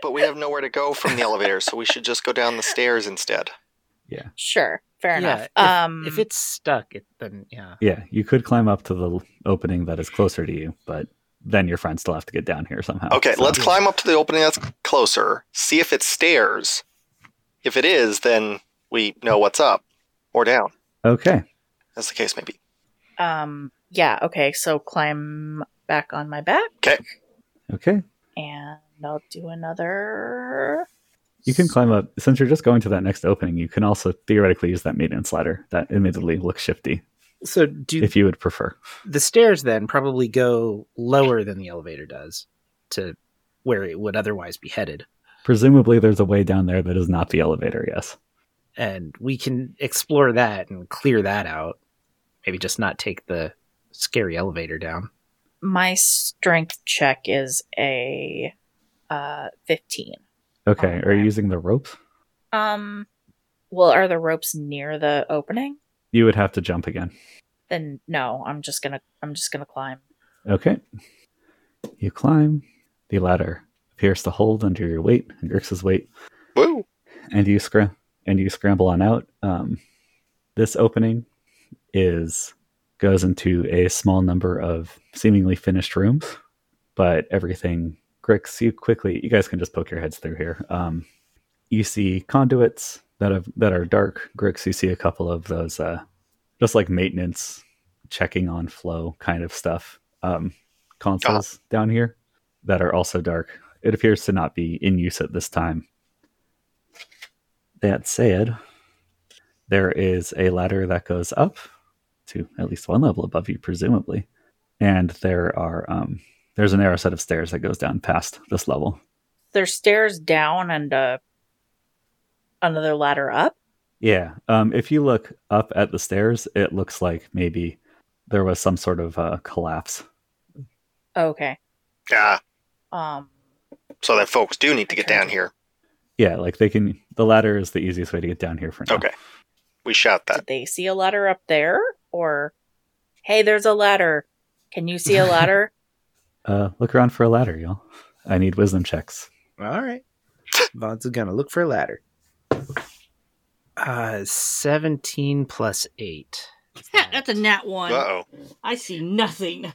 but we have nowhere to go from the elevator, so we should just go down the stairs instead. sure, fair Yeah, enough. um, if it's stuck, it then yeah. Yeah, you could climb up to the l- opening that is closer to you, but then your friends still have to get down here somehow. Okay, So- let's climb up to the opening that's closer. See if it's stairs. If it is, then we know what's up or down, Okay, as the case may be. um, yeah, okay. So climb back on my back, okay, and I'll do another. you can climb up. Since you're just going to that next opening, you can also theoretically use that maintenance ladder. That admittedly looks shifty, So do if you would prefer. the stairs then probably go lower than the elevator does to where it would otherwise be headed. Presumably, there's a way down there that is not the elevator. Yes. and we can explore that and clear that out. Maybe just not take the scary elevator down. My strength check is a uh, 15. Okay. Are you using the ropes? Um, well, are the ropes near the opening? You would have to jump again. Then no, I'm just gonna I'm just gonna climb. Okay. You climb. The ladder appears to hold under your weight and Grix's weight, Woo! and you scram and you scramble on out. Um, this opening is goes into a small number of seemingly finished rooms, but everything. Grix, you quickly you guys can just poke your heads through here. Um, you see conduits that have that are dark. Grix, you see a couple of those, uh, just like maintenance checking on flow kind of stuff. Um, consoles down here that are also dark. It appears to not be in use at this time. That said, there is a ladder that goes up to at least one level above you, presumably, and there are um, there's a narrow set of stairs that goes down past this level. There's stairs down and uh, another ladder up. Yeah, um, if you look up at the stairs, it looks like maybe there was some sort of uh, collapse. Okay. Ah, Um, so that folks do need to get Okay. down here. Yeah, like they can. The ladder is the easiest way to get down here for now. Okay. We shout that. did they see a ladder up there, or hey, there's a ladder? Can you see a ladder? Uh, look around for a ladder, y'all. I need wisdom checks. All right. Vaughn's gonna look for a ladder. Uh, 17 plus 8. Ha, That's a nat one. Uh oh. I see nothing.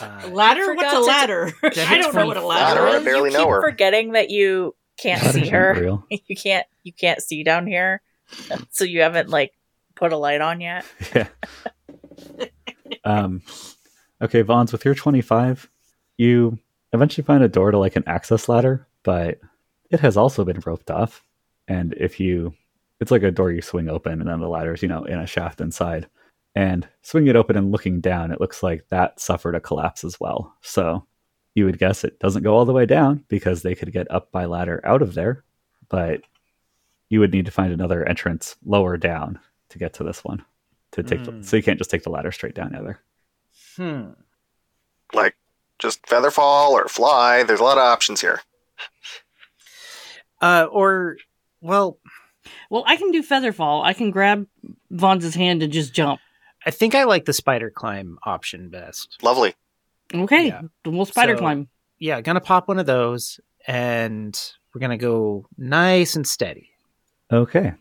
A Uh, ladder? What's a forgot to- ladder? I don't know what a Ladder, I ladder is. barely you know keep her. Forgetting that you can't Ladders see aren't her. real. You can't. You can't see down here, so you haven't like put a light on yet. Yeah. um, okay, Vons, with your 25, you eventually find a door to like an access ladder, but it has also been roped off. And if you, it's like a door you swing open, and then the ladder's, you know, in a shaft inside. And swing it open and looking down, it looks like that suffered a collapse as well. So you would guess it doesn't go all the way down because they could get up by ladder out of there, but you would need to find another entrance lower down to get to this one to take Hmm. the, so you can't just take the ladder straight down either hmm. Like, just feather fall or fly. There's a lot of options here. Uh, or, well, Well, I can do feather fall. I can grab Vaughn's hand and just jump. I think I like the spider climb option best. Lovely. Okay, Yeah. then we'll spider So- climb. Yeah, gonna pop one of those, and we're gonna go nice and steady. okay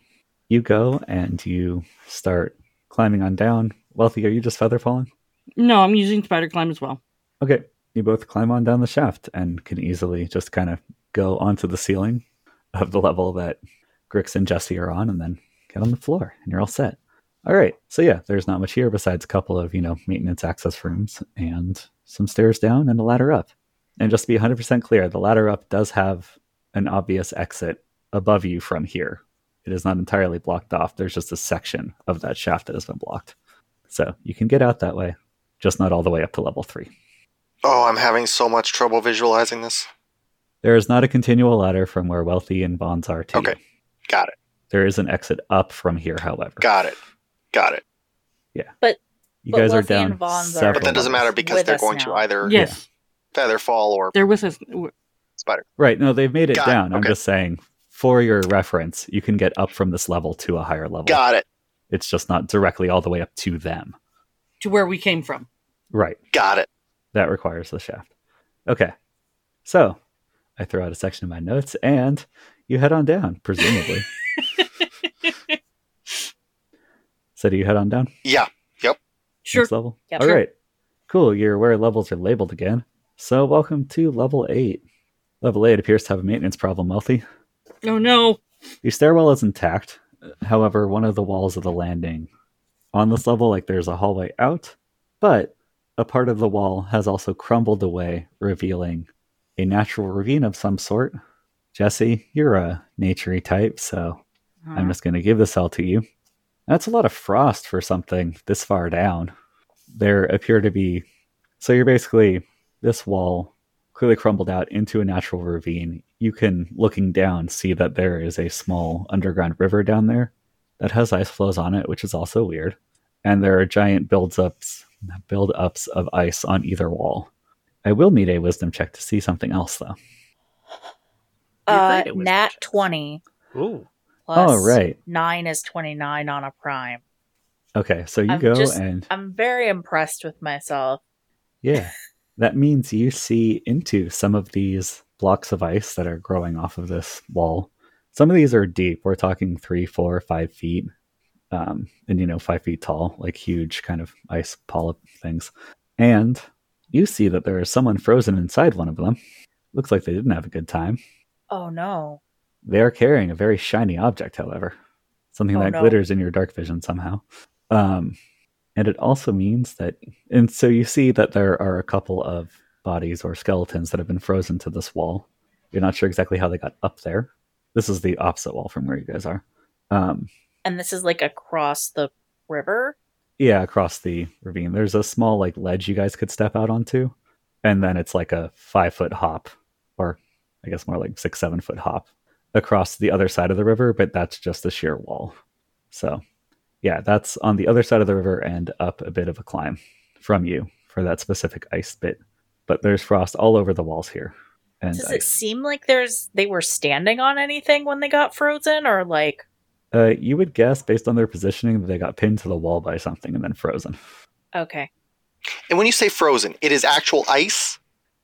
you go and you start climbing on down wealthy are you just feather falling No, I'm using spider climb as well. okay you both climb on down the shaft and can easily just kind of go onto the ceiling of the level that grix and jesse are on and then get on the floor and you're all set all right so yeah there's not much here besides a couple of you know maintenance access rooms and some stairs down and a ladder up and just to be 100% clear the ladder up does have an obvious exit above you from here it is not entirely blocked off there's just a section of that shaft that has been blocked so you can get out that way just not all the way up to level three Oh, I'm having so much trouble visualizing this. There is not a continual ladder from where wealthy and bonds are to. you. Okay. Got it. There is an exit up from here, however. Got it. Got it. You But guys are Wealthy and down. Bonds are- several But that doesn't levels. matter because With they're us going now. to either Yes, feather fall or they're with us. spider. Right. No, they've made it Got it, down. I'm okay. just saying, for your reference, you can get up from this level to a higher level. Got it. It's just not directly all the way up to them. To where we came from. Right. Got it. That requires the shaft. Okay. So I throw out a section of my notes and you head on down, presumably. so do you head on down? Yeah. Sure. Next level. Yep. All Sure. right. Cool. You're where levels are labeled again. So welcome to level eight. Level eight appears to have a maintenance problem, Wealthy. Oh no. The stairwell is intact. However, one of the walls of the landing on this level, like there's a hallway out, but a part of the wall has also crumbled away, revealing a natural ravine of some sort. Jesse, you're a naturey type, so I'm just going to give this all to you. That's a lot of frost for something this far down. There appear to be. So you're basically. This wall clearly crumbled out into a natural ravine. You can, looking down, see that there is a small underground river down there that has ice floes on it, which is also weird. And there are giant builds ups, build ups of ice on either wall. I will need a wisdom check to see something else, though. Uh, right, it was nat Jackson. 20 Ooh. Oh, plus All right. 9 is 29 on a prime. Okay, so you I'm go just- and I'm very impressed with myself. yeah, that means you see into some of these blocks of ice that are growing off of this wall. Some of these are deep. We're talking three, four, five feet, um, and you know, five feet tall, like huge kind of ice polyp things. And you see that there is someone frozen inside one of them. Looks like they didn't have a good time. Oh no. They are carrying a very shiny object, however, something Oh, that no. glitters in your dark vision somehow. Um, and it also means that, and so you see that there are a couple of bodies or skeletons that have been frozen to this wall. You're not sure exactly how they got up there. This is the opposite wall from where you guys are. Um, And this is like across the river. yeah, across the ravine, there's a small like ledge you guys could step out onto, and then it's like a five foot hop, or I guess more like six seven foot hop across the other side of the river. But that's just a sheer wall. So, yeah, that's on the other side of the river and up a bit of a climb from you for that specific ice bit. But there's frost all over the walls here, and Does it ice. seem like there's they were standing on anything when they got frozen or like Uh, you would guess based on their positioning that they got pinned to the wall by something and then frozen. okay. And when you say frozen, it is actual ice.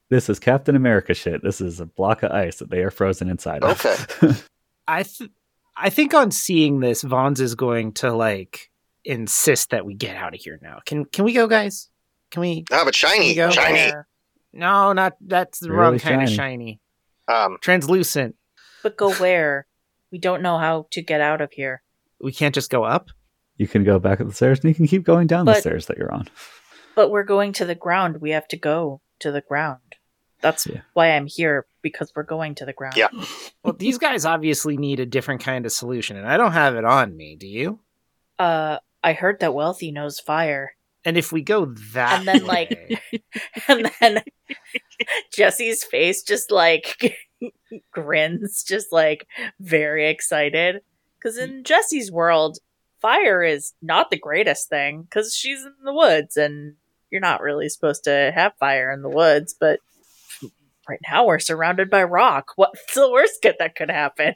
This is Captain America shit. This is a block of ice that they are frozen inside. of. I th- I think on seeing this, Vons is going to like insist that we get out of here now. Can can we go, guys? Can we? Ah, but shiny, There you go. shiny. Where- No, not that's the Really wrong kind shiny. of shiny. Um, Translucent. but go where? We don't know how to get out of here. We can't just go up. you can go back up the stairs and you can keep going down the But- stairs that you're on. But we're going to the ground. We have to go to the ground. That's Yeah. why I'm here because we're going to the ground. Yeah. Well, these guys obviously need a different kind of solution, and I don't have it on me. Do you? Uh, I heard that Wealthy knows fire. And if we go that, And then, like- way- And then Jesse's face just like grins, just like very excited. Because in Jesse's world, fire is not the greatest thing because she's in the woods and you're not really supposed to have fire in the woods. But right now we're surrounded by rock. What's the worst that that could happen?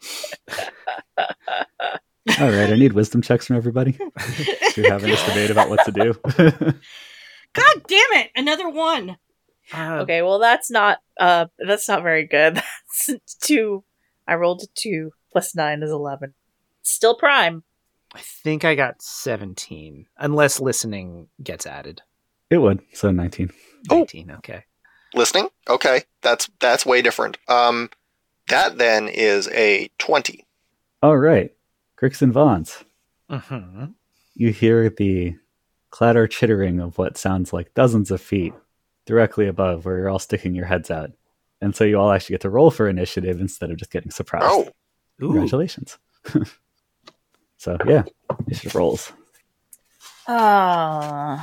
All right, I need wisdom checks from everybody. You're having this debate about what to do. God damn it! Another one. Uh, Okay, well that's not uh that's not very good. That's two. I rolled a two plus nine is eleven. Still prime. I think I got seventeen, unless listening gets added. it would. So 19. Oh. Nineteen. Okay. listening. Okay, that's that's way different. Um, that then is a twenty. All right, Grix and Vons. hmm You hear the clatter chittering of what sounds like dozens of feet directly above where you're all sticking your heads out. And so you all actually get to roll for initiative instead of just getting surprised. Oh, Ooh. Congratulations. so yeah, initiative rolls. Oh,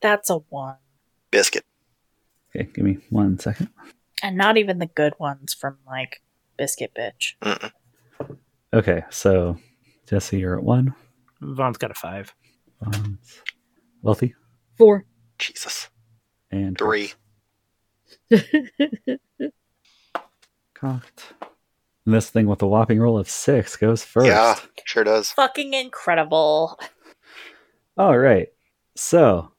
that's a one, biscuit. Okay, give me one second. and not even the good ones from like Biscuit Bitch. Okay, so Jesse, you're at one. Vaughn's got a five. Bonds. Wealthy Four. Jesus, and three. cocked. And this thing with a whopping roll of six goes first. Yeah, sure does. Fucking incredible. All right. So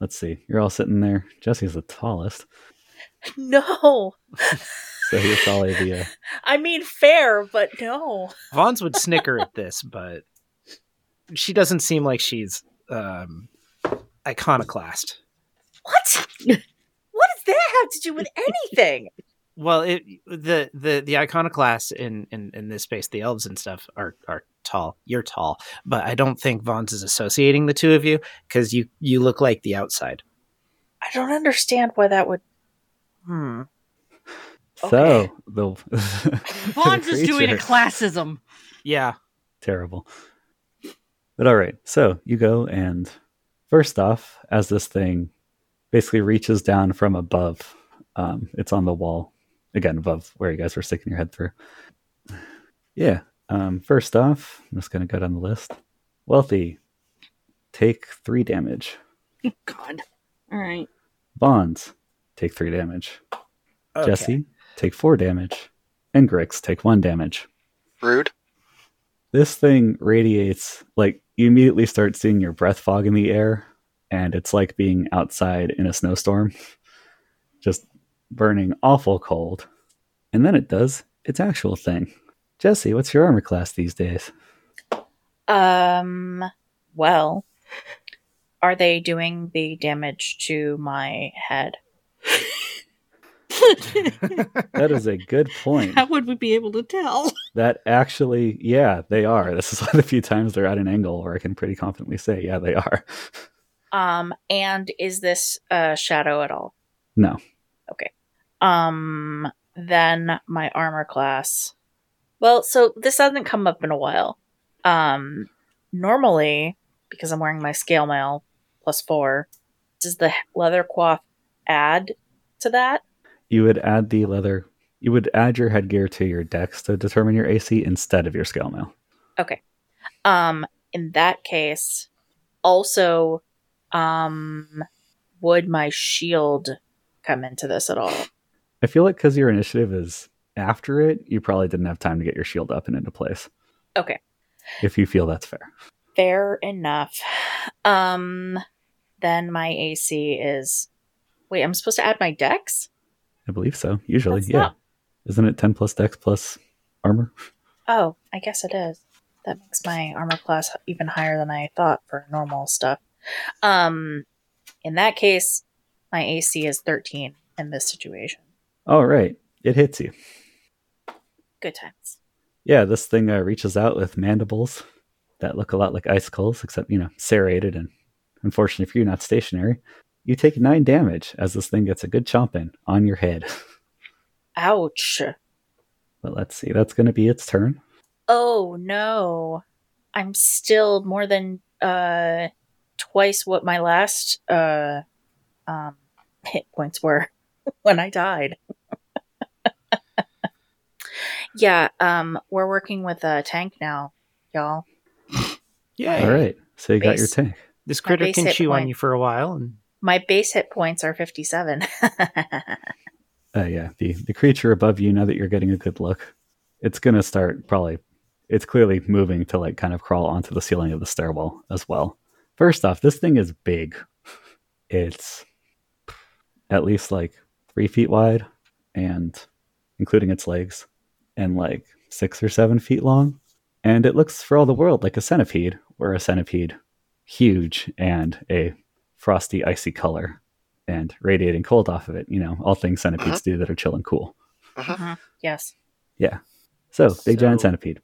let's see. You're all sitting there. Jesse's the tallest, No, so he's probably the. Uh, I mean fair, but no. Vaughn's would snicker at this, but she doesn't seem like she's um, iconoclast. What? What does that have to do with anything? Well, it, the the the iconoclasts in, in in this space, the elves and stuff are are tall. You're tall, but I don't think Vaughn's is associating the two of you because you you look like the outside. I don't understand why that would. Hmm. Okay. So the. the Vaughn's is doing a creature- classism. Yeah, terrible. But all right, so you go and first off, as this thing basically reaches down from above. Um, it's on the wall again above where you guys were sticking your head through. Yeah. Um, first off, I'm just gonna go down the list. Wealthy, take three damage. God. All right. Bonds, take three damage. Jesse, take four damage. And Grix, take one damage. Rude. this thing radiates like you immediately start seeing your breath fog in the air and it's like being outside in a snowstorm just burning awful cold and then it does its actual thing jesse what's your armor class these days Um, well, are they doing the damage to my head? that is a good point How would we be able to tell? that actually yeah they are this is one of the few times they're at an angle where i can pretty confidently say yeah they are Um, and is this a shadow at all? No. Okay. Um, then my armor class. Well, so this hasn't come up in a while. Um, normally, because I'm wearing my scale mail plus four, does the leather cloth add to that? you would add the leather you would add your headgear to your dex to determine your ac instead of your scale mail Um, in that case, also, um, would my shield come into this at all? I feel like because your initiative is after it, you probably didn't have time to get your shield up and into place. Okay. If you feel that's fair. Fair enough. Um, then my AC is. Wait, I'm supposed to add my dex? I believe so. Usually, That's yeah. not- Isn't it 10 plus dex plus armor? Oh, I guess it is. That makes my armor class even higher than I thought for normal stuff. Um, in that case, my AC is 13 in this situation. All right. It hits you. Good times. Yeah, this thing uh, reaches out with mandibles that look a lot like icicles, except, you know, serrated and unfortunately for you, not stationary. You take nine damage as this thing gets a good chomp in on your head. Ouch. But let's see. That's going to be its turn. Oh no. I'm still more than uh twice what my last uh um hit points were when I died. yeah, um we're working with a tank now, y'all. Yeah. All right. So you got your Base. tank. This My critter base can hit chew on point. you for a while. And My base hit points are 57. uh, yeah, the the creature above you. Now that you're getting a good look, it's gonna start probably. It's clearly moving to like kind of crawl onto the ceiling of the stairwell as well. First off, this thing is big. It's at least like three feet wide, and including its legs, and like six or seven feet long. And it looks for all the world like a centipede, or a centipede, huge and a frosty, icy color and radiating cold off of it. You know, all things Uh-huh. centipedes do that are chill and cool. Mm-hmm. yes. So, big giant So- centipede.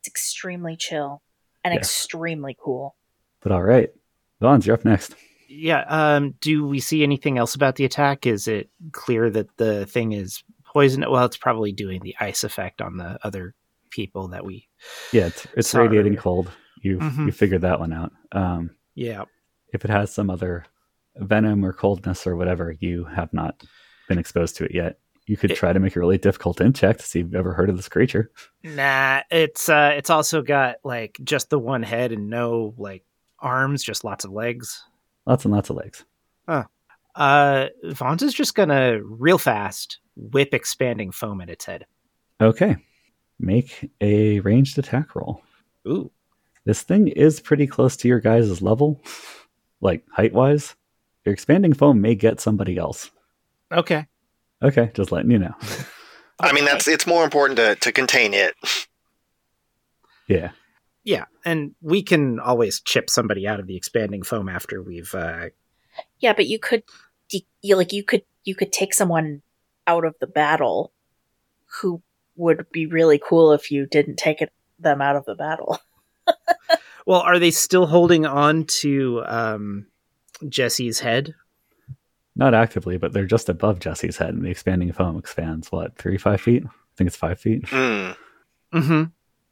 It's extremely chill and Yeah. extremely cool. But all right, Vons, you're up next. yeah. Um, do we see anything else about the attack? Is it clear that the thing is poisoned? Well, it's probably doing the ice effect on the other people that we. Yeah, it's, it's Sorry. radiating cold. You Mhm. you figured that one out. Um, Yeah. if it has some other venom or coldness or whatever, you have not been exposed to it yet. You could It- try to make a really difficult in check to see if you've ever heard of this creature. Nah, it's uh it's also got like just the one head and no like arms, just lots of legs. Lots and lots of legs. Uh Vons is just gonna real fast whip expanding foam at its head. Okay, make a ranged attack roll. Ooh. This thing is pretty close to your guys' level, like height wise. Your expanding foam may get somebody else. Okay. Okay, just letting you know. I mean, that's it's more important to, to contain it. Yeah. Yeah, and we can always chip somebody out of the expanding foam after we've uh Yeah, but you could, de- you, like, you could, you could take someone out of the battle, who would be really cool if you didn't take it, them out of the battle. well, are they still holding on to um Jesse's head? Not actively, but they're just above Jesse's head, and the expanding foam expands, what, three, five feet? I think it's five feet. Hmm. Mm-hmm.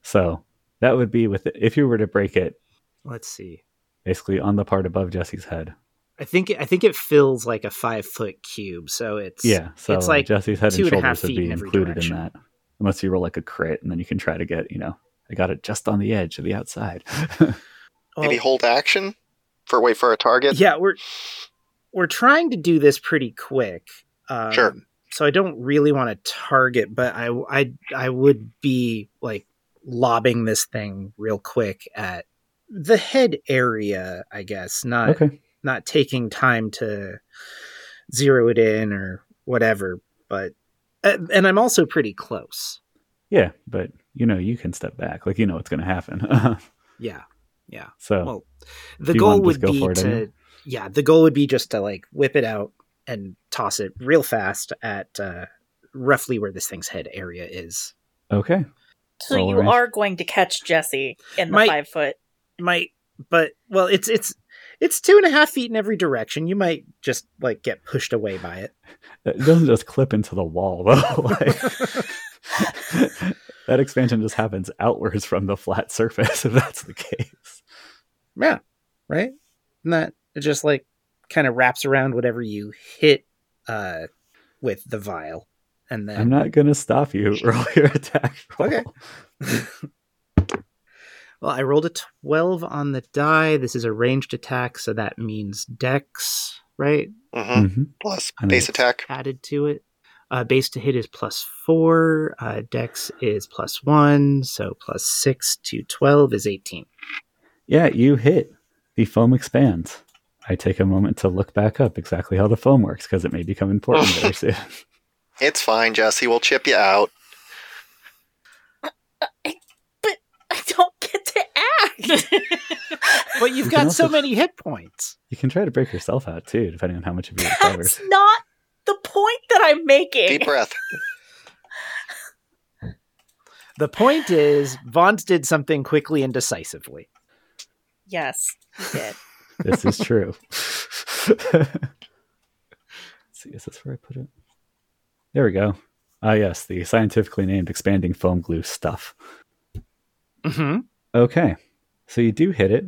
So that would be with, if you were to break it Let's see. basically on the part above Jesse's head, I think I think it fills like a five foot cube, so it's Yeah, so it's like Jesse's head two and and a half shoulders would feet be in every included direction. in that, unless you roll like a crit, and then you can try to get you know I got it just on the edge of the outside. Maybe Oh. well, hold action for wait for a target. yeah we're we're trying to do this pretty quick um, Sure. so i don't really want to target but I, I i would be like lobbing this thing real quick at the head area i guess not okay, not taking time to zero it in or whatever but uh, and i'm also pretty close yeah, but you know you can step back, like you know what's going to happen. yeah so Well, the Do you goal wanna just would go be for it to anyway? yeah the goal would be just to like whip it out and toss it real fast at uh roughly where this thing's head area is okay, So Roll you range. are going to catch Jesse in the Might- five foot. might but well it's it's it's two and a half feet in every direction you might just like get pushed away by it it doesn't just clip into the wall though. like- that expansion just happens outwards from the flat surface. If that's the case, yeah right and that it just like kind of wraps around whatever you hit uh with the vial and then I'm not going to stop you. Roll your attack. Roll. Okay. Well, I rolled a 12 on the die. This is a ranged attack, so that means dex, right? hmm Mhm. Plus I know. base attack. Added to it. Uh, base to hit is plus four. Uh, dex is plus one, so plus six to 12 is 18. Yeah, you hit. The foam expands. I take a moment to look back up exactly how the foam works because it may become important very soon. It's fine, Jesse. We'll chip you out. I don't get to act. But You you've got can also- so many hit points. You can try to break yourself out too, depending on how much of you recovered. That's not the point that I'm making. Deep breath. The point is, Vons did something quickly and decisively. Yes, he did. this is true. Let's see, is this where I put it? There we go. Ah, yes, the scientifically named expanding foam glue stuff. Mm-hmm. Okay. So you do hit it,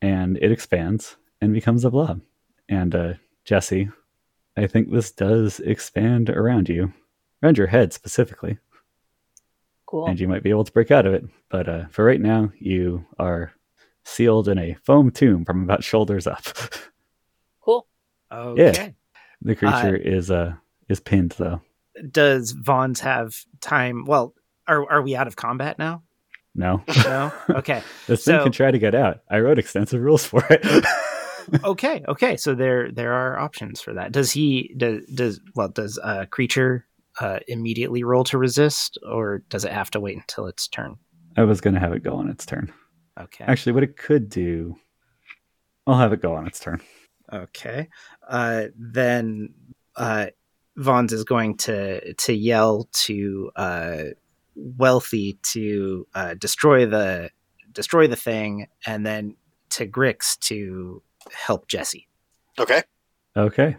and it expands and becomes a blob. And uh, Jesse, I think this does expand around you, around your head specifically, Cool. and you might be able to break out of it. But uh, for right now, you are sealed in a foam tomb from about shoulders up. Cool. Okay. the creature is uh is pinned though. Does Vons have time? Well, are, are we out of combat now? No, No? Okay. this So- thing can try to get out. I wrote extensive rules for it. okay okay so there there are options for that does he does does well does a creature uh immediately roll to resist or does it have to wait until its turn I was gonna have it go on its turn. okay Actually, what it could do, I'll have it go on its turn. okay uh then uh Vons is going to to yell to uh wealthy to uh destroy the destroy the thing and then to Grix to help Jesse Okay. Okay.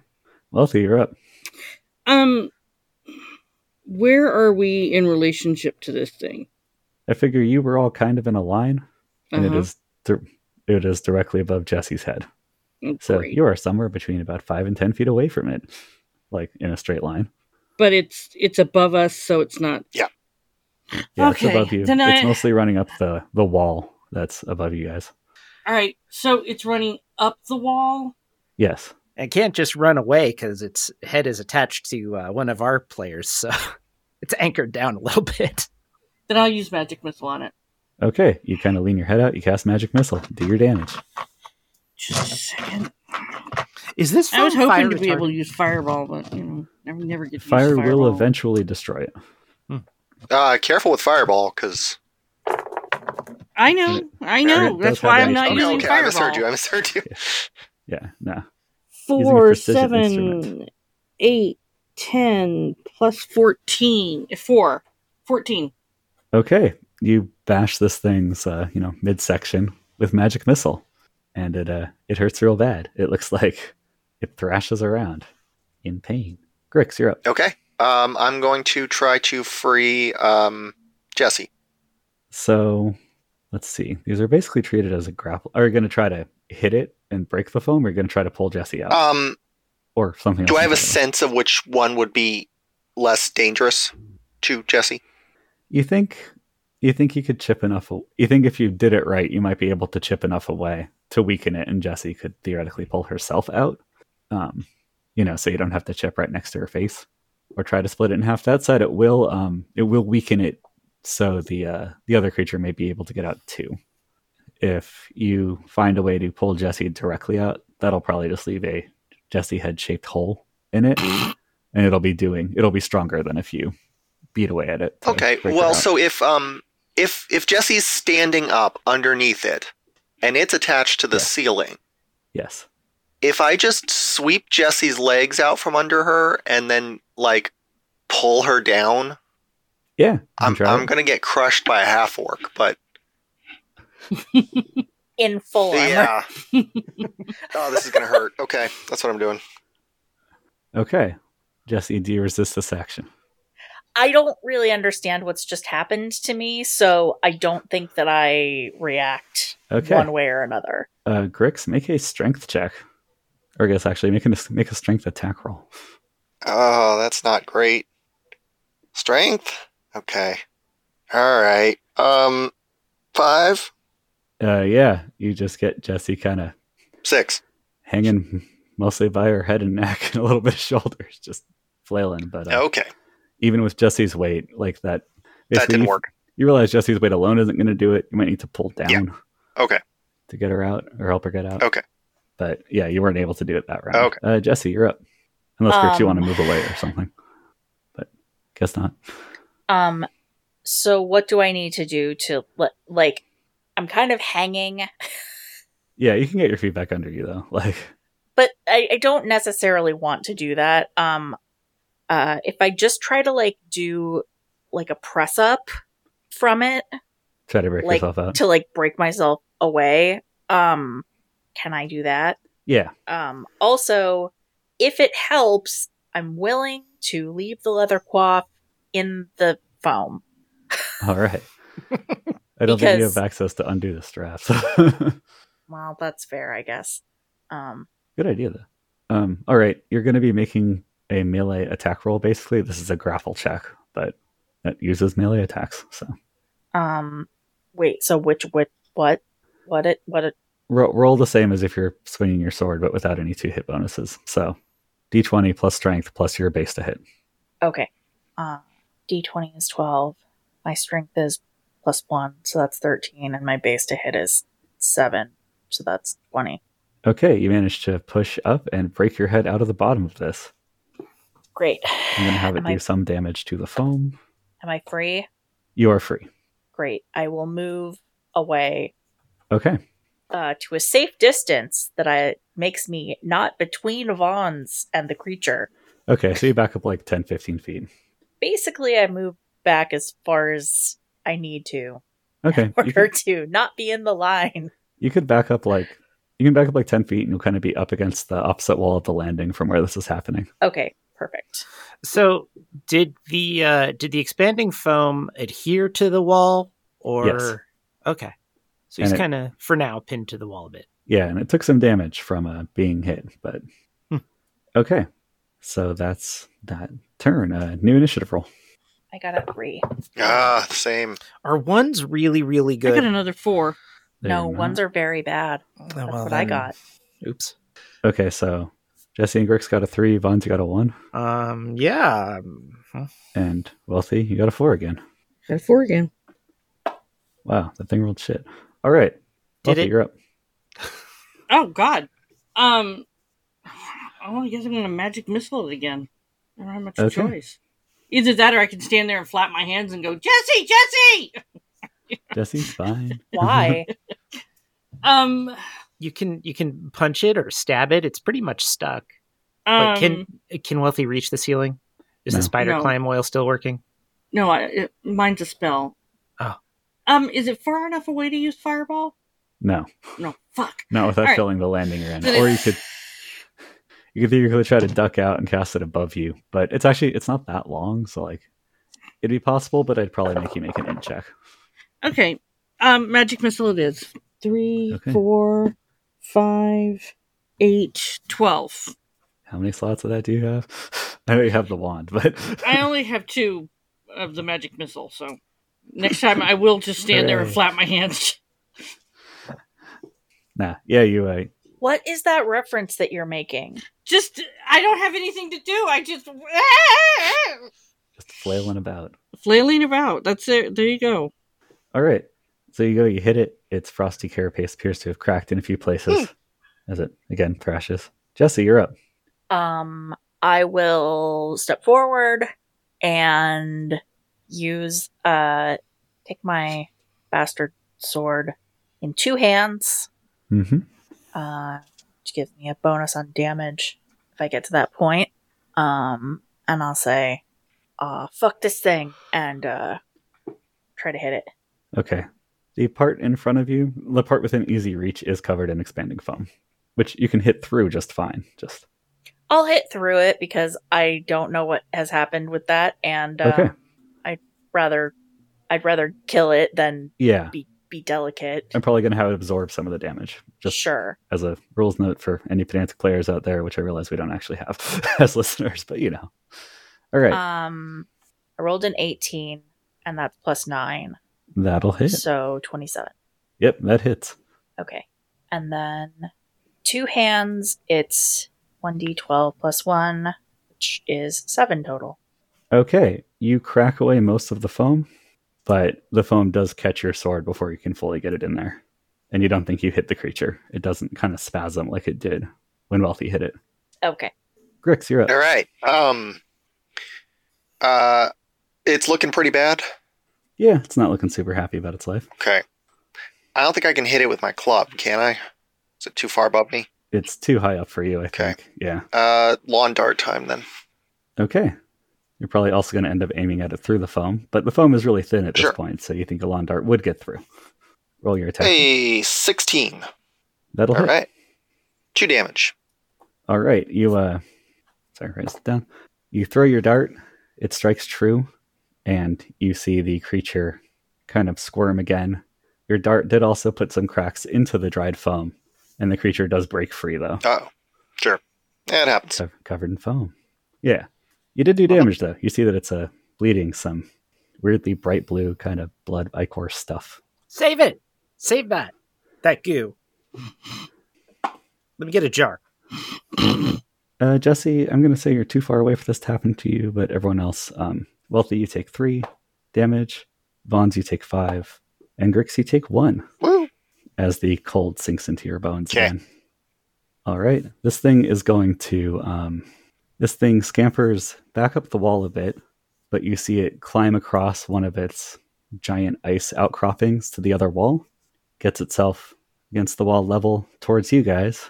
Wealthy, you're up. Um, where are we in relationship to this thing? I figure you were all kind of in a line, and it Uh-huh. is dir- it is directly above Jesse's head. So Oh, Great. you are somewhere between about five and ten feet away from it, like in a straight line. but it's it's above us, so it's not. Yeah, Okay, it's above you. then it's I- mostly running up the the wall that's above you guys. All right, so it's running up the wall. Yes. It can't just run away because its head is attached to uh, one of our players, so it's anchored down a little bit. Then I'll use magic missile on it. Okay. You kind of lean your head out. You cast magic missile. Do your damage. Just a second. Is this I was phone hoping fire to be retardant? able to use fireball, but you know, I would never get to Fire use will fireball. eventually destroy it. Uh, careful with fireball, because I know, I know. It That's does why have I'm that not issue. okay, using okay, I fireball. misheard you. I misheard you. Yeah. No. Four, Using a precision seven, instrument. eight, ten, plus fourteen. Four. Fourteen. Okay. You bash this thing's uh, you know midsection with magic missile, and it uh, it hurts real bad. It looks like it thrashes around in pain. Grix, you're up. Okay. Um, I'm going to try to free um, Jesse. So let's see. These are basically treated as a grapple. Are you going to try to hit it and break the foam? Or are you going to try to pull Jesse out Um, or something? do else I have a entirely? sense of which one would be less dangerous to Jesse? You think you think you could chip enough? a- You think if you did it right, you might be able to chip enough away to weaken it, and Jesse could theoretically pull herself out. Um, you know, so you don't have to chip right next to her face or try to split it in half. That said, it will um, it will weaken it, so the uh, the other creature may be able to get out too. If you find a way to pull Jesse directly out, that'll probably just leave a Jesse head shaped hole in it, and it'll be doing it'll be stronger than if you beat away at it. to Okay. break her Well, out. so if um if if Jesse's standing up underneath it and it's attached to the Yeah. ceiling, yes. if I just sweep Jesse's legs out from under her and then like pull her down, Yeah. you can I'm try I'm it. gonna get crushed by a half orc, but in full armor. yeah. oh, this is gonna hurt. Okay, that's what I'm doing. Okay. Jesse, do you resist this action? I don't really understand what's just happened to me, so I don't think that I react Okay. one way or another. Uh, Grix, make a strength check. Or I guess actually make a, make a strength attack roll. Oh, that's not great. Strength? Okay. All right. Um, five, Uh, yeah, you just get Jesse kind of six. hanging mostly by her head and neck and a little bit of shoulders, just flailing. But uh, Okay, even with Jesse's weight, like that, that basically didn't you- work. You realize Jesse's weight alone isn't going to do it. You might need to pull down. Okay. To get her out or help her get out. Okay. But yeah, you weren't able to do it that round. Okay. Uh, Jesse, you're up. Unless Grix, you Um, want to move away or something. But guess not. Um so what do I need to do to li- like I'm kind of hanging, Yeah, you can get your feet back under you though. Like, but I, I don't necessarily want to do that. Um uh if I just try to like do like a press up from it try to break Like, yourself out. to like break myself away, um can I do that? yeah. Um, also, if it helps, I'm willing to leave the leather coif in the foam. All right. I don't think you Because- have access to undo the straps. Well, that's fair, I guess. Um, Good idea though. Um, all right, you're going to be making a melee attack roll. Basically, this is a grapple check, but that uses melee attacks. So um, wait. So which which what what it what it? Ro- roll the same as if you're swinging your sword, but without any two hit bonuses. So d20 plus strength plus your base to hit. Okay. Uh, D twenty is twelve. My strength is plus one, so that's thirteen, and my base to hit is seven, so that's twenty. Okay, you managed to push up and break your head out of the bottom of this. Great. I'm going to have it am, do I, some damage to the foam. am I free? You are free. Great. I will move away Okay. uh, to a safe distance that I makes me not between Vaughn's and the creature. Okay, so you back up like 10, 15 feet. Basically, I move back as far as I need to Okay. in You order could, to not be in the line. you could back up like. You can back up like 10 feet and you'll kind of be up against the opposite wall of the landing from where this is happening. Okay, perfect. So did the uh, did the expanding foam adhere to the wall or Yes. okay? So And he's it- kind of for now pinned to the wall a bit. Yeah, and it took some damage from uh, being hit, but. Hmm. Okay. So that's that turn. Uh, new initiative roll. I got a three. Ah, same. Are ones really really I got good? another four. no, ones are very bad. Oh, That's That's what I got. Oops. Okay, so Jesse and Grix got a three, Von's got a one, Um. Yeah. um, huh. and Wealthy, you got a four again. Got four again. Wow, that thing rolled shit. All right. Did Wealthy, it? you're up. Oh God. Um. Oh, I guess I'm gonna magic missile it again. I don't have much Okay. choice. Either that, or I can stand there and flap my hands and go, Jesse, Jesse. Jesse's fine. Why? Um. You can you can punch it or stab it. It's pretty much stuck. um Wait, can can Wealthy reach the ceiling? Is No. the spider No. climb oil still working? no, I, it, mine's a spell. Oh. Um. Is it far enough away to use fireball? No, No. Fuck. not without All right. filling the landing you're in. Or you could you could theoretically try to duck out and cast it above you, but it's actually it's not that long, so like it'd be possible, but I'd probably make you make an in check. Okay. Um, magic missile it is. Three, Okay. four, five, eight, twelve. How many slots of that do you have? I know you have the wand, but I only have two of the magic missile, so next time I will just stand there and Hooray. flap my hands. nah, yeah, you. Uh, What is that reference that you're making? Just, I don't have anything to do. I just just flailing about. flailing about. That's it. There you go. All right. So you go, you hit it. Its frosty carapace appears to have cracked in a few places Hmm. as it again thrashes. Jesse, you're up. Um, I will step forward and use uh take my bastard sword in two hands. Mm-hmm. Uh which gives me a bonus on damage if I get to that point. Um and I'll say, uh fuck this thing and uh try to hit it. Okay. The part in front of you, the part within easy reach, is covered in expanding foam, which you can hit through just fine. Just I'll hit through it because I don't know what has happened with that, and um, Okay. I'd rather I'd rather kill it than yeah. be be delicate. I'm probably gonna have it absorb some of the damage. Just sure, as a rules note for any pedantic players out there, which I realize we don't actually have as listeners, but you know. All right. um, I rolled an eighteen, and that's plus nine, That'll hit. so twenty-seven. Yep, that hits. Okay, and then two hands. It's one d twelve plus one, which is seven total. Okay, you crack away most of the foam, but the foam does catch your sword before you can fully get it in there. And you don't think you hit the creature. It doesn't kind of spasm like it did when Wealthy hit it. Okay, Grix, you're up. All right. Um. Uh, it's looking pretty bad. Yeah, it's not looking super happy about its life. Okay. I don't think I can hit it with my club, can I? Is it too far above me? It's too high up for you, I Okay. think. Yeah. Uh, lawn dart time then. Okay. You're probably also going to end up aiming at it through the foam, but the foam is really thin at Sure. this point, so you think a lawn dart would get through. Roll your attack. Hey, sixteen. That'll All Uh-huh. hit. right. Two damage. All right, you uh sorry, write this down. You throw your dart, it strikes true, and you see the creature kind of squirm again. Your dart did also put some cracks into the dried foam, and the creature does break free though, Oh, sure. Yeah, it happens. co- covered in foam. Yeah. You did do damage though. You see that it's uh, bleeding some weirdly bright blue kind of blood ichor stuff. Save it. Save that. That goo. Let me get a jar. Uh, Jesse, I'm going to say you're too far away for this to happen to you, but everyone else, um, Wealthy, you take three damage. Vons, you take five. And Grix, you take one Woo. as the cold sinks into your bones Okay. again. All right. This thing is going to. Um, this thing scampers back up the wall a bit, but you see it climb across one of its giant ice outcroppings to the other wall, gets itself against the wall level towards you guys,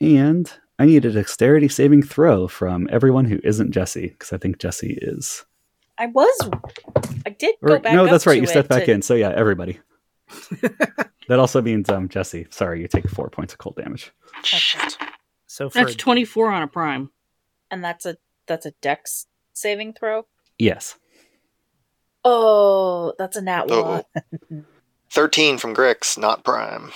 and I need a dexterity saving throw from everyone who isn't Jesse, because I think Jesse is. I was I did go Or, back. no, up that's right. to You stepped it back to- in. So yeah, everybody. that also means um, Jesse. Sorry, you take four points of cold damage. Shit. So for That's twenty four on a prime. and that's a that's a Dex saving throw. Yes. Oh, that's a nat Uh-oh. one. Thirteen from Grix, not prime.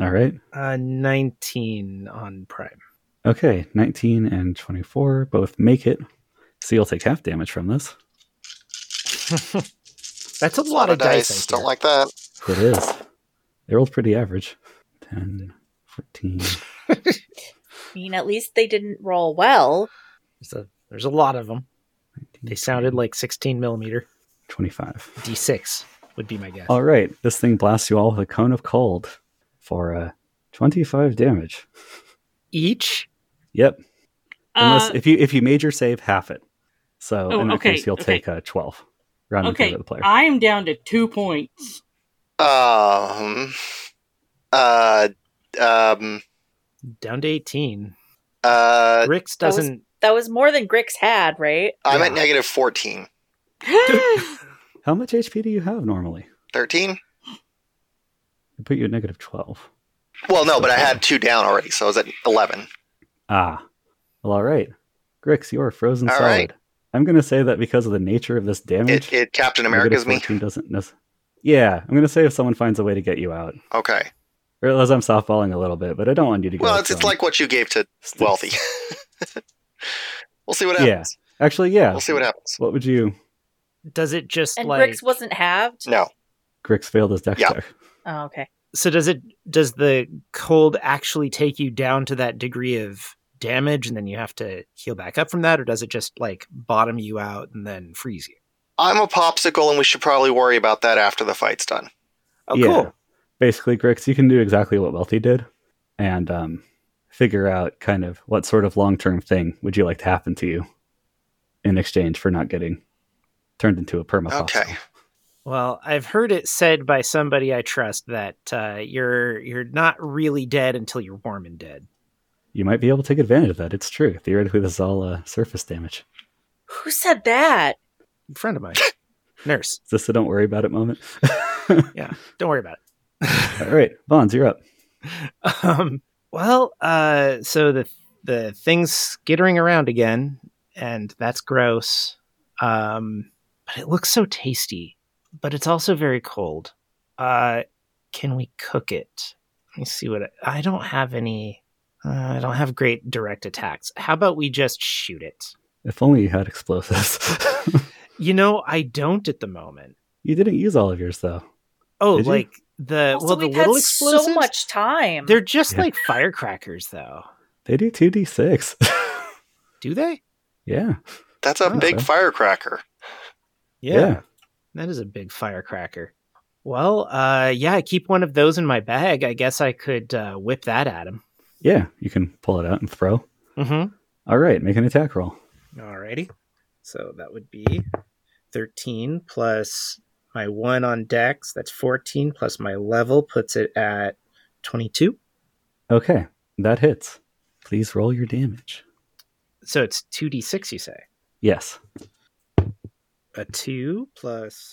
All right. uh, 19 on Prime. Okay. 19 and 24 both make it. So you'll take half damage from this. That's a lot of dice. I Don't hear. like that. It is. They rolled pretty average. 10, 14. I mean, at least they didn't roll well. There's a, there's a lot of them. They sounded like 16 millimeter. 25. D6 would be my guess. All right, this thing blasts you all with a cone of cold for uh, 25 damage. Each? Yep, unless Uh, if you if you made your save, half it. So Oh, in that okay, case, you'll okay. take uh, 12. Round in okay, uh, favor of the player. I am down to two points. Um. Uh. Um. Down to 18. Uh. Rix That was- doesn't. That was more than Grix had, right? I'm at Yeah. negative 14. How much HP do you have normally? 13? It put you at negative 12. Well, no, but I had two down already, so I was at 11. Ah, well, all right. Grix, you are frozen All solid. right. I'm going to say that because of the nature of this damage, It, it Captain negative America's me. 14 doesn't. nec- Yeah, I'm gonna say if someone finds a way to get you out. Okay. Or as I'm softballing a little bit, but I don't want you to go. Well, it's, it's from- like what you gave to st- wealthy. we'll see what Yeah. happens. Actually, yeah. We'll see what happens. What would you? Does it just And like Grix wasn't halved. No. Grix failed as Dexter. Oh, okay. so does it does the cold actually take you down to that degree of damage and then you have to heal back up from that or does it just like bottom you out and then freeze you I'm a popsicle, and we should probably worry about that after the fight's done. oh Yeah. cool Basically, Grix, you can do exactly what Wealthy did, and um, figure out kind of what sort of long term thing would you like to happen to you in exchange for not getting turned into a perma. Okay. well i've heard it said by somebody i trust that uh, you're you're not really dead until you're warm and dead You might be able to take advantage of that. It's true. Theoretically, this is all uh, surface damage. Who said that? a friend of mine nurse Is this the don't worry about it moment? don't worry about it all right, Bonds, you're up. Um, well, uh, so the the thing's skittering around again, and that's gross. Um, but it looks so tasty, but it's also very cold. Uh, can we cook it? Let me see what I, I don't have any. Uh, I don't have great direct attacks. How about we just shoot it? If only you had explosives. You know, I don't at the moment. you didn't use all of yours though. Oh, Did you? like the Also, well, the we've little had explosives. so much time. They're just Yeah. like firecrackers, though. They do two d six. Do they? Yeah. That's a Oh, big okay. firecracker. Yeah. That is a big firecracker. Well, uh, yeah, I keep one of those in my bag. I guess I could uh, whip that at him. Yeah, you can pull it out and throw. Mm-hmm. All right, make an attack roll. Alrighty. So that would be 13 plus my one on dex. That's 14 plus my level puts it at 22. Okay, that hits. Please roll your damage. So it's 2d6, you say? Yes. A 2 plus.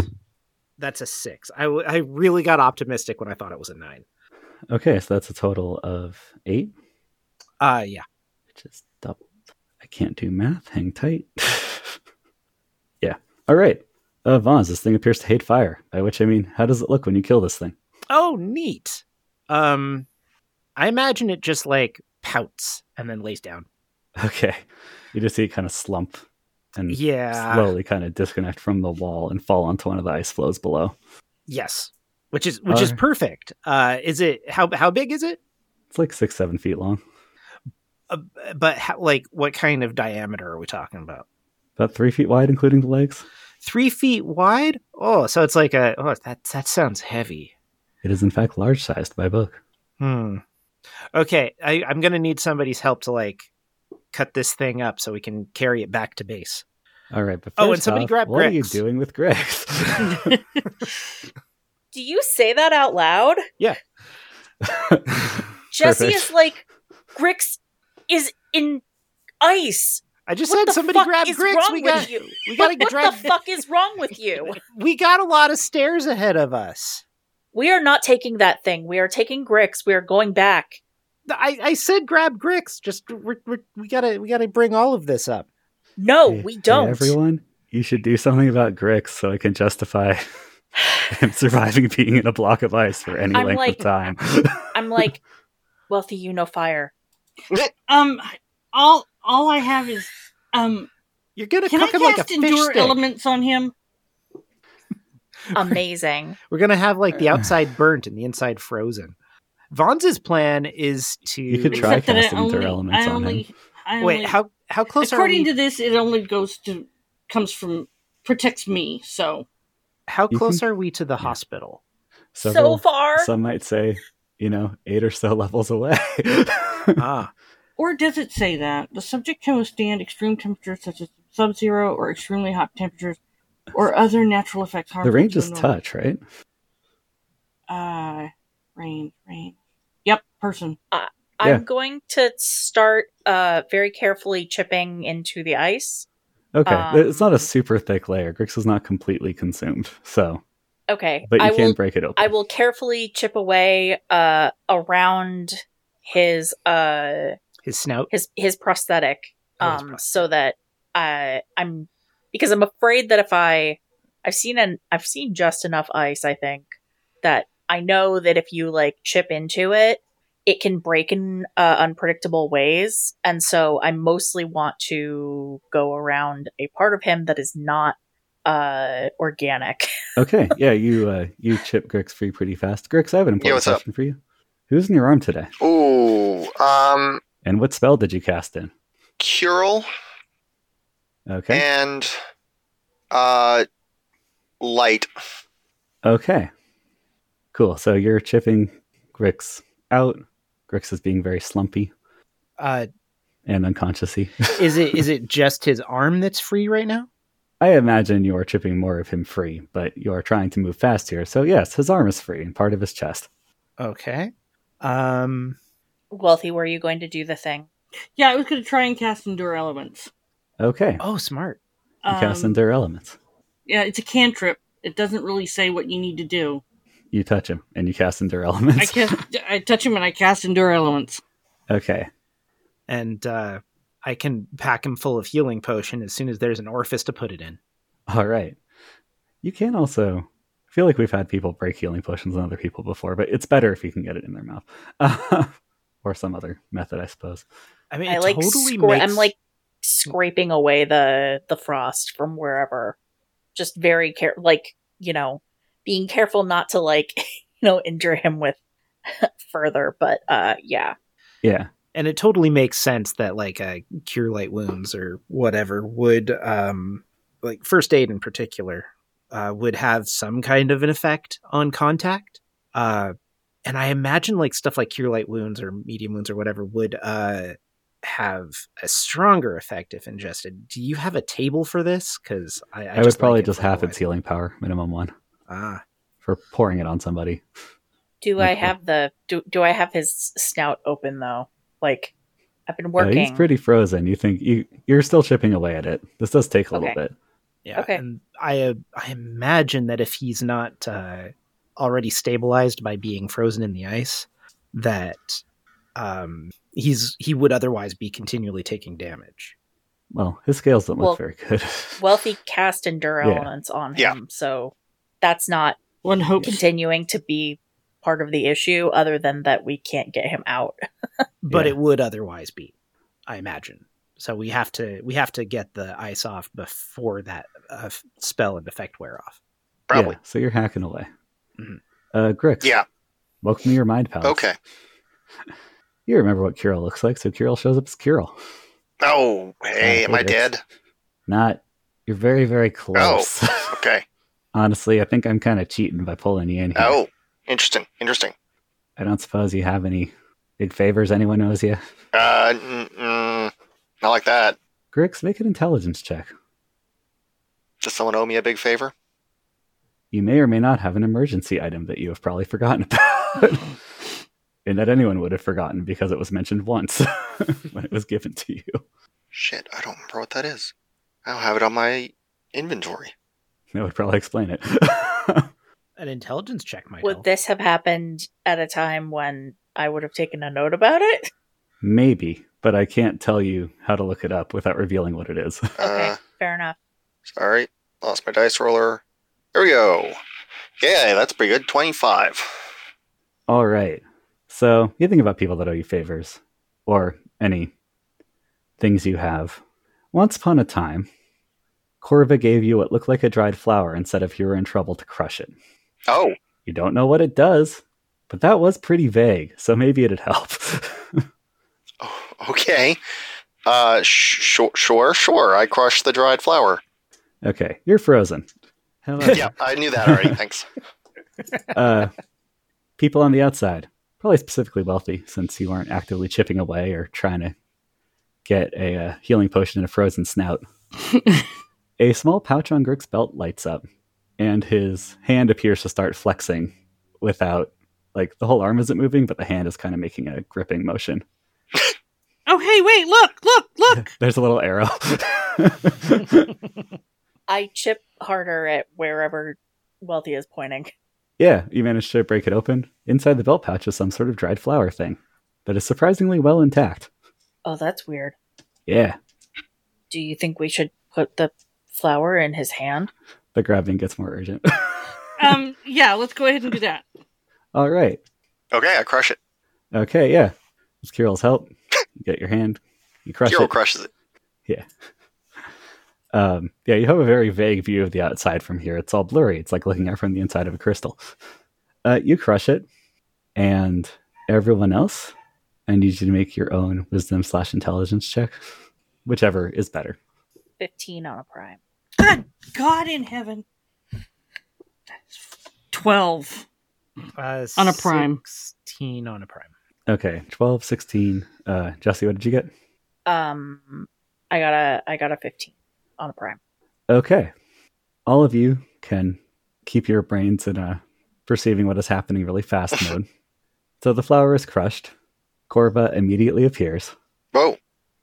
That's a 6. I, w- I really got optimistic when I thought it was a 9. Okay, so that's a total of eight, Uh, yeah. which is doubled. I can't do math. Hang tight. yeah. All right. Uh, Vons, this thing appears to hate fire. By which I mean, how does it look when you kill this thing? Oh, neat. Um, I imagine it just like pouts and then lays down. Okay. You just see it kind of slump Mm. and Yeah. slowly kind of disconnect from the wall and fall onto one of the ice floes below. Yes. Which is which is Alright. perfect. Uh, is it how how big is it? It's like six, seven feet long, Uh, but how, like what kind of diameter are we talking about? about three feet wide, including the legs. Three feet wide? Oh, so it's like a oh that that sounds heavy. It is in fact large sized by book. Hmm. Okay, I, I'm gonna need somebody's help to like cut this thing up so we can carry it back to base. All right, but Oh, and first somebody off, grab What are you Grex. doing with Grex? Do you say that out loud? Jesse Perfect. is like, Grix is in ice. I just What said the somebody fuck grab is Grix. wrong We with got you? we gotta what drag the fuck is wrong with you? we got a lot of stairs ahead of us. We are not taking that thing. We are taking Grix. We are going back. I, I said grab Grix. Just we're, we're, we gotta we gotta bring all of this up. No, Hey- we hey, don't. everyone, you should do something about Grix so I can justify him surviving being in a block of ice for any I'm length like- of time. I'm like, wealthy, you know fire. Um, all all I have is um. You're gonna Can I cook him cast like a fish endure stick. elements on him? Amazing. We're gonna have like the outside burnt and the inside frozen. Vaughn's plan is to You could try Except that I casting only- Endure Elements I on only, him. I only, Wait, how how close are according we? to this, it only goes to comes from protects me. So how You close can- are we to the hospital? Several- so far, Some might say, you know, eight or so levels away. ah, Or does it say that the subject can withstand extreme temperatures such as sub zero or extremely hot temperatures or other natural effects harmful the range to is normal- touch, right? Uh, range, range. Yep, person. yeah. I'm going to start uh, very carefully chipping into the ice. Okay, it's not Um, a super thick layer. Grix is not completely consumed, so Okay. but you I can will break it open. I will carefully chip away uh, around his uh, his snout. his his prosthetic, Oh, um, his prosthetic. so that I I'm because I'm afraid that if I I've seen an I've seen just enough ice, I think, that I know that if you like chip into it, it can break in uh, unpredictable ways. And so I mostly want to go around a part of him that is not uh organic. Okay, yeah, you uh, you chip Grix free pretty fast. Grix, I have an Yeah, important what's up? question for you. Who's in your arm today, Ooh, um, and what spell did you cast in? Curel Okay, and uh, Light. okay, cool. So you're chipping Grix out. Grix is being very slumpy Uh, and unconsciousy. is it is it just his arm that's free right now? I imagine you are chipping more of him free, but you are trying to move fast here. So yes, his arm is free and part of his chest. Okay. Um. Wealthy, were you going to do the thing? Yeah, I was going to try and cast Endure Elements. Okay, you Oh, smart. cast Um, Endure Elements. Yeah, it's a cantrip. It doesn't really say what you need to do. You touch him and you cast Endure I Elements. cast, I touch him and I cast Endure Elements. okay, And uh, I can pack him full of healing potion as soon as there's an orifice to put it in. All right. You can also I feel like we've had people break healing potions on other people before, but it's better if you can get it in their mouth or some other method, I suppose. I mean, I it like totally scra- makes. I'm like scraping away the the frost from wherever. Just very care like, you know, being careful not to like, you know, injure him with further, but uh yeah. Yeah. and it totally makes sense that like uh, cure light wounds or whatever would um like first aid in particular uh, would have some kind of an effect on contact uh and i imagine like stuff like cure light wounds or medium wounds or whatever would uh have a stronger effect if ingested do you have a table for this because i i, I, just would like probably it just like half the its way- healing power, minimum one, ah for pouring it on somebody. Do I Okay. have the do, do I have his snout open though? Like I've been Uh, working. he's pretty frozen. You think you you're still chipping away at it. This does take a little Okay. bit. Yeah. Okay. And I uh, I imagine that if he's not uh, already stabilized by being frozen in the ice, that um, he's he would otherwise be continually taking damage. Well, his scales don't Well- look very good. Wealthy cast endure Yeah. elements on Yeah. him, so that's not One hopes. continuing to be part of the issue other than that we can't get him out. But Yeah. it would otherwise be, I imagine. So we have to we have to get the ice off before that uh, f- spell and effect wear off. Probably. Mm-hmm. Yeah, so you're hacking away. Mhm. Uh Grix. Yeah. Welcome to your mind palace. Okay. You remember what Kirill looks like, so Kirill shows up as Kirill. Oh, hey, Uh, am I it is. dead? Not you're very, very close. Okay. Honestly, I think I'm kind of cheating by pulling you in here. Oh, interesting. Interesting. I don't suppose you have any big favors anyone owes you. Uh, mm, mm, not like that. Grix, make an intelligence check. Does someone owe me a big favor? You may or may not have an emergency item that you have probably forgotten about. and that anyone would have forgotten because it was mentioned once when it was given to you. Shit, I don't remember what that is. I don't have it on my inventory. That would probably explain it. An intelligence check might Would help. this have happened at a time when I would have taken a note about it? Maybe, but I can't tell you how to look it up without revealing what it is. Okay, Uh, fair enough. sorry. Lost my dice roller. There we go. Yeah, that's pretty good. 25. All right. So you think about people that owe you favors or any things you have. Once upon a time, Corva gave you what looked like a dried flower and said if you were in trouble to crush it. Oh, You don't know what it does, but that was pretty vague, so maybe it'd help. oh, okay. Uh, sh- sure, sure, sure. I crushed the dried flower. okay, you're frozen. However, yeah, I knew that already. Thanks. uh, people on the outside, probably specifically wealthy, since you aren't actively chipping away or trying to get a uh, healing potion in a frozen snout. a small pouch on Grix's belt lights up, and his hand appears to start flexing without, like, the whole arm isn't moving, but the hand is kind of making a gripping motion. Oh, hey, wait! Look! Look! Look! There's a little arrow. I chip harder at wherever Wealthy is pointing. yeah, you manage to break it open. Inside the belt pouch is some sort of dried flower thing that is surprisingly well intact. Oh, that's weird. Yeah. Do you think we should put the flower in his hand? The grabbing gets more urgent. Um, yeah, let's go ahead and do that. All right. Okay, I crush it. Okay, yeah. With Kirill's help, you get your hand, you crush Kirill it. crushes it. Um, yeah, you have a very vague view of the outside from here. It's all blurry. It's like looking out from the inside of a crystal. Uh, you crush it, and everyone else, I need you to make your own wisdom slash intelligence check, whichever is better. 15 on a prime. Good God in heaven. Twelve. Uh, On a prime. 16 on a prime. Okay, 12, 16. Uh, Jesse, what did you get? Um, I got a I got a 15 on a prime. Okay. All of you can keep your brains in a perceiving what is happening really fast mode. So the flower is crushed. Corva immediately appears, Whoa.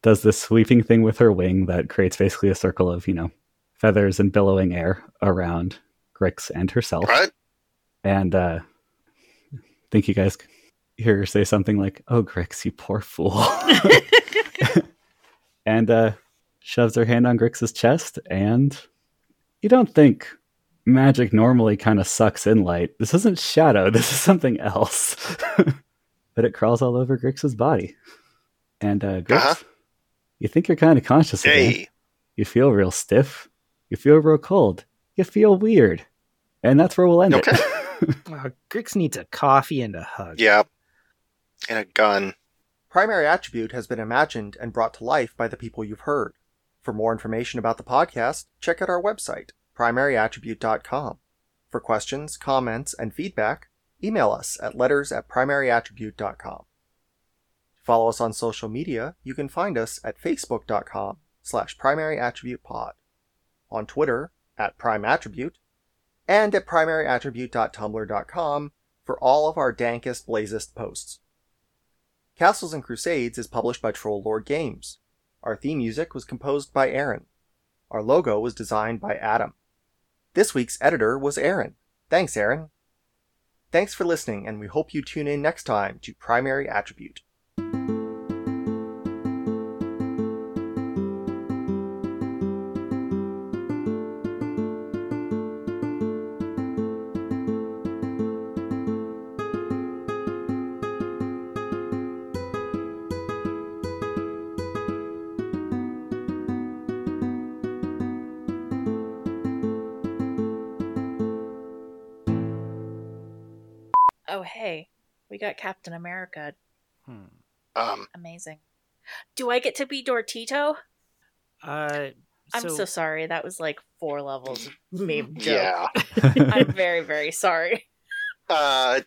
does this sweeping thing with her wing that creates basically a circle of, you know, feathers and billowing air around Grix and herself. What? And uh I think you guys hear her say something like, Oh Grix, you poor fool. and uh, shoves her hand on Grix's chest. And you don't think magic normally kind of sucks in light. This isn't shadow. This is something else. but it crawls all over Grix's body. And uh, Grix, Uh-huh. you think you're kind of conscious again. Hey. You feel real stiff. You feel real cold. You feel weird. And that's where we'll end Okay. it. Oh, Grix needs a coffee and a hug. Yeah. And a gun. Primary Attribute has been imagined and brought to life by the people you've heard. For more information about the podcast, check out our website, primaryattribute.com. For questions, comments, and feedback, email us at letters at primaryattribute.com. Follow us on social media. You can find us at facebook.com slash primaryattributepod, on Twitter at primeattribute, and at primaryattribute.tumblr.com for all of our dankest, blazest posts. Castles and Crusades is published by Troll Lord Games. Our theme music was composed by Aaron. Our logo was designed by Adam. This week's editor was Aaron. Thanks, Aaron. Thanks for listening, and we hope you tune in next time to Primary Attribute. Oh hey, we got Captain America. Hmm. Um, Amazing. Do I get to be Dortito? Uh, I'm so, sorry. That was like four levels of meme joke. yeah. I'm very very sorry. Uh,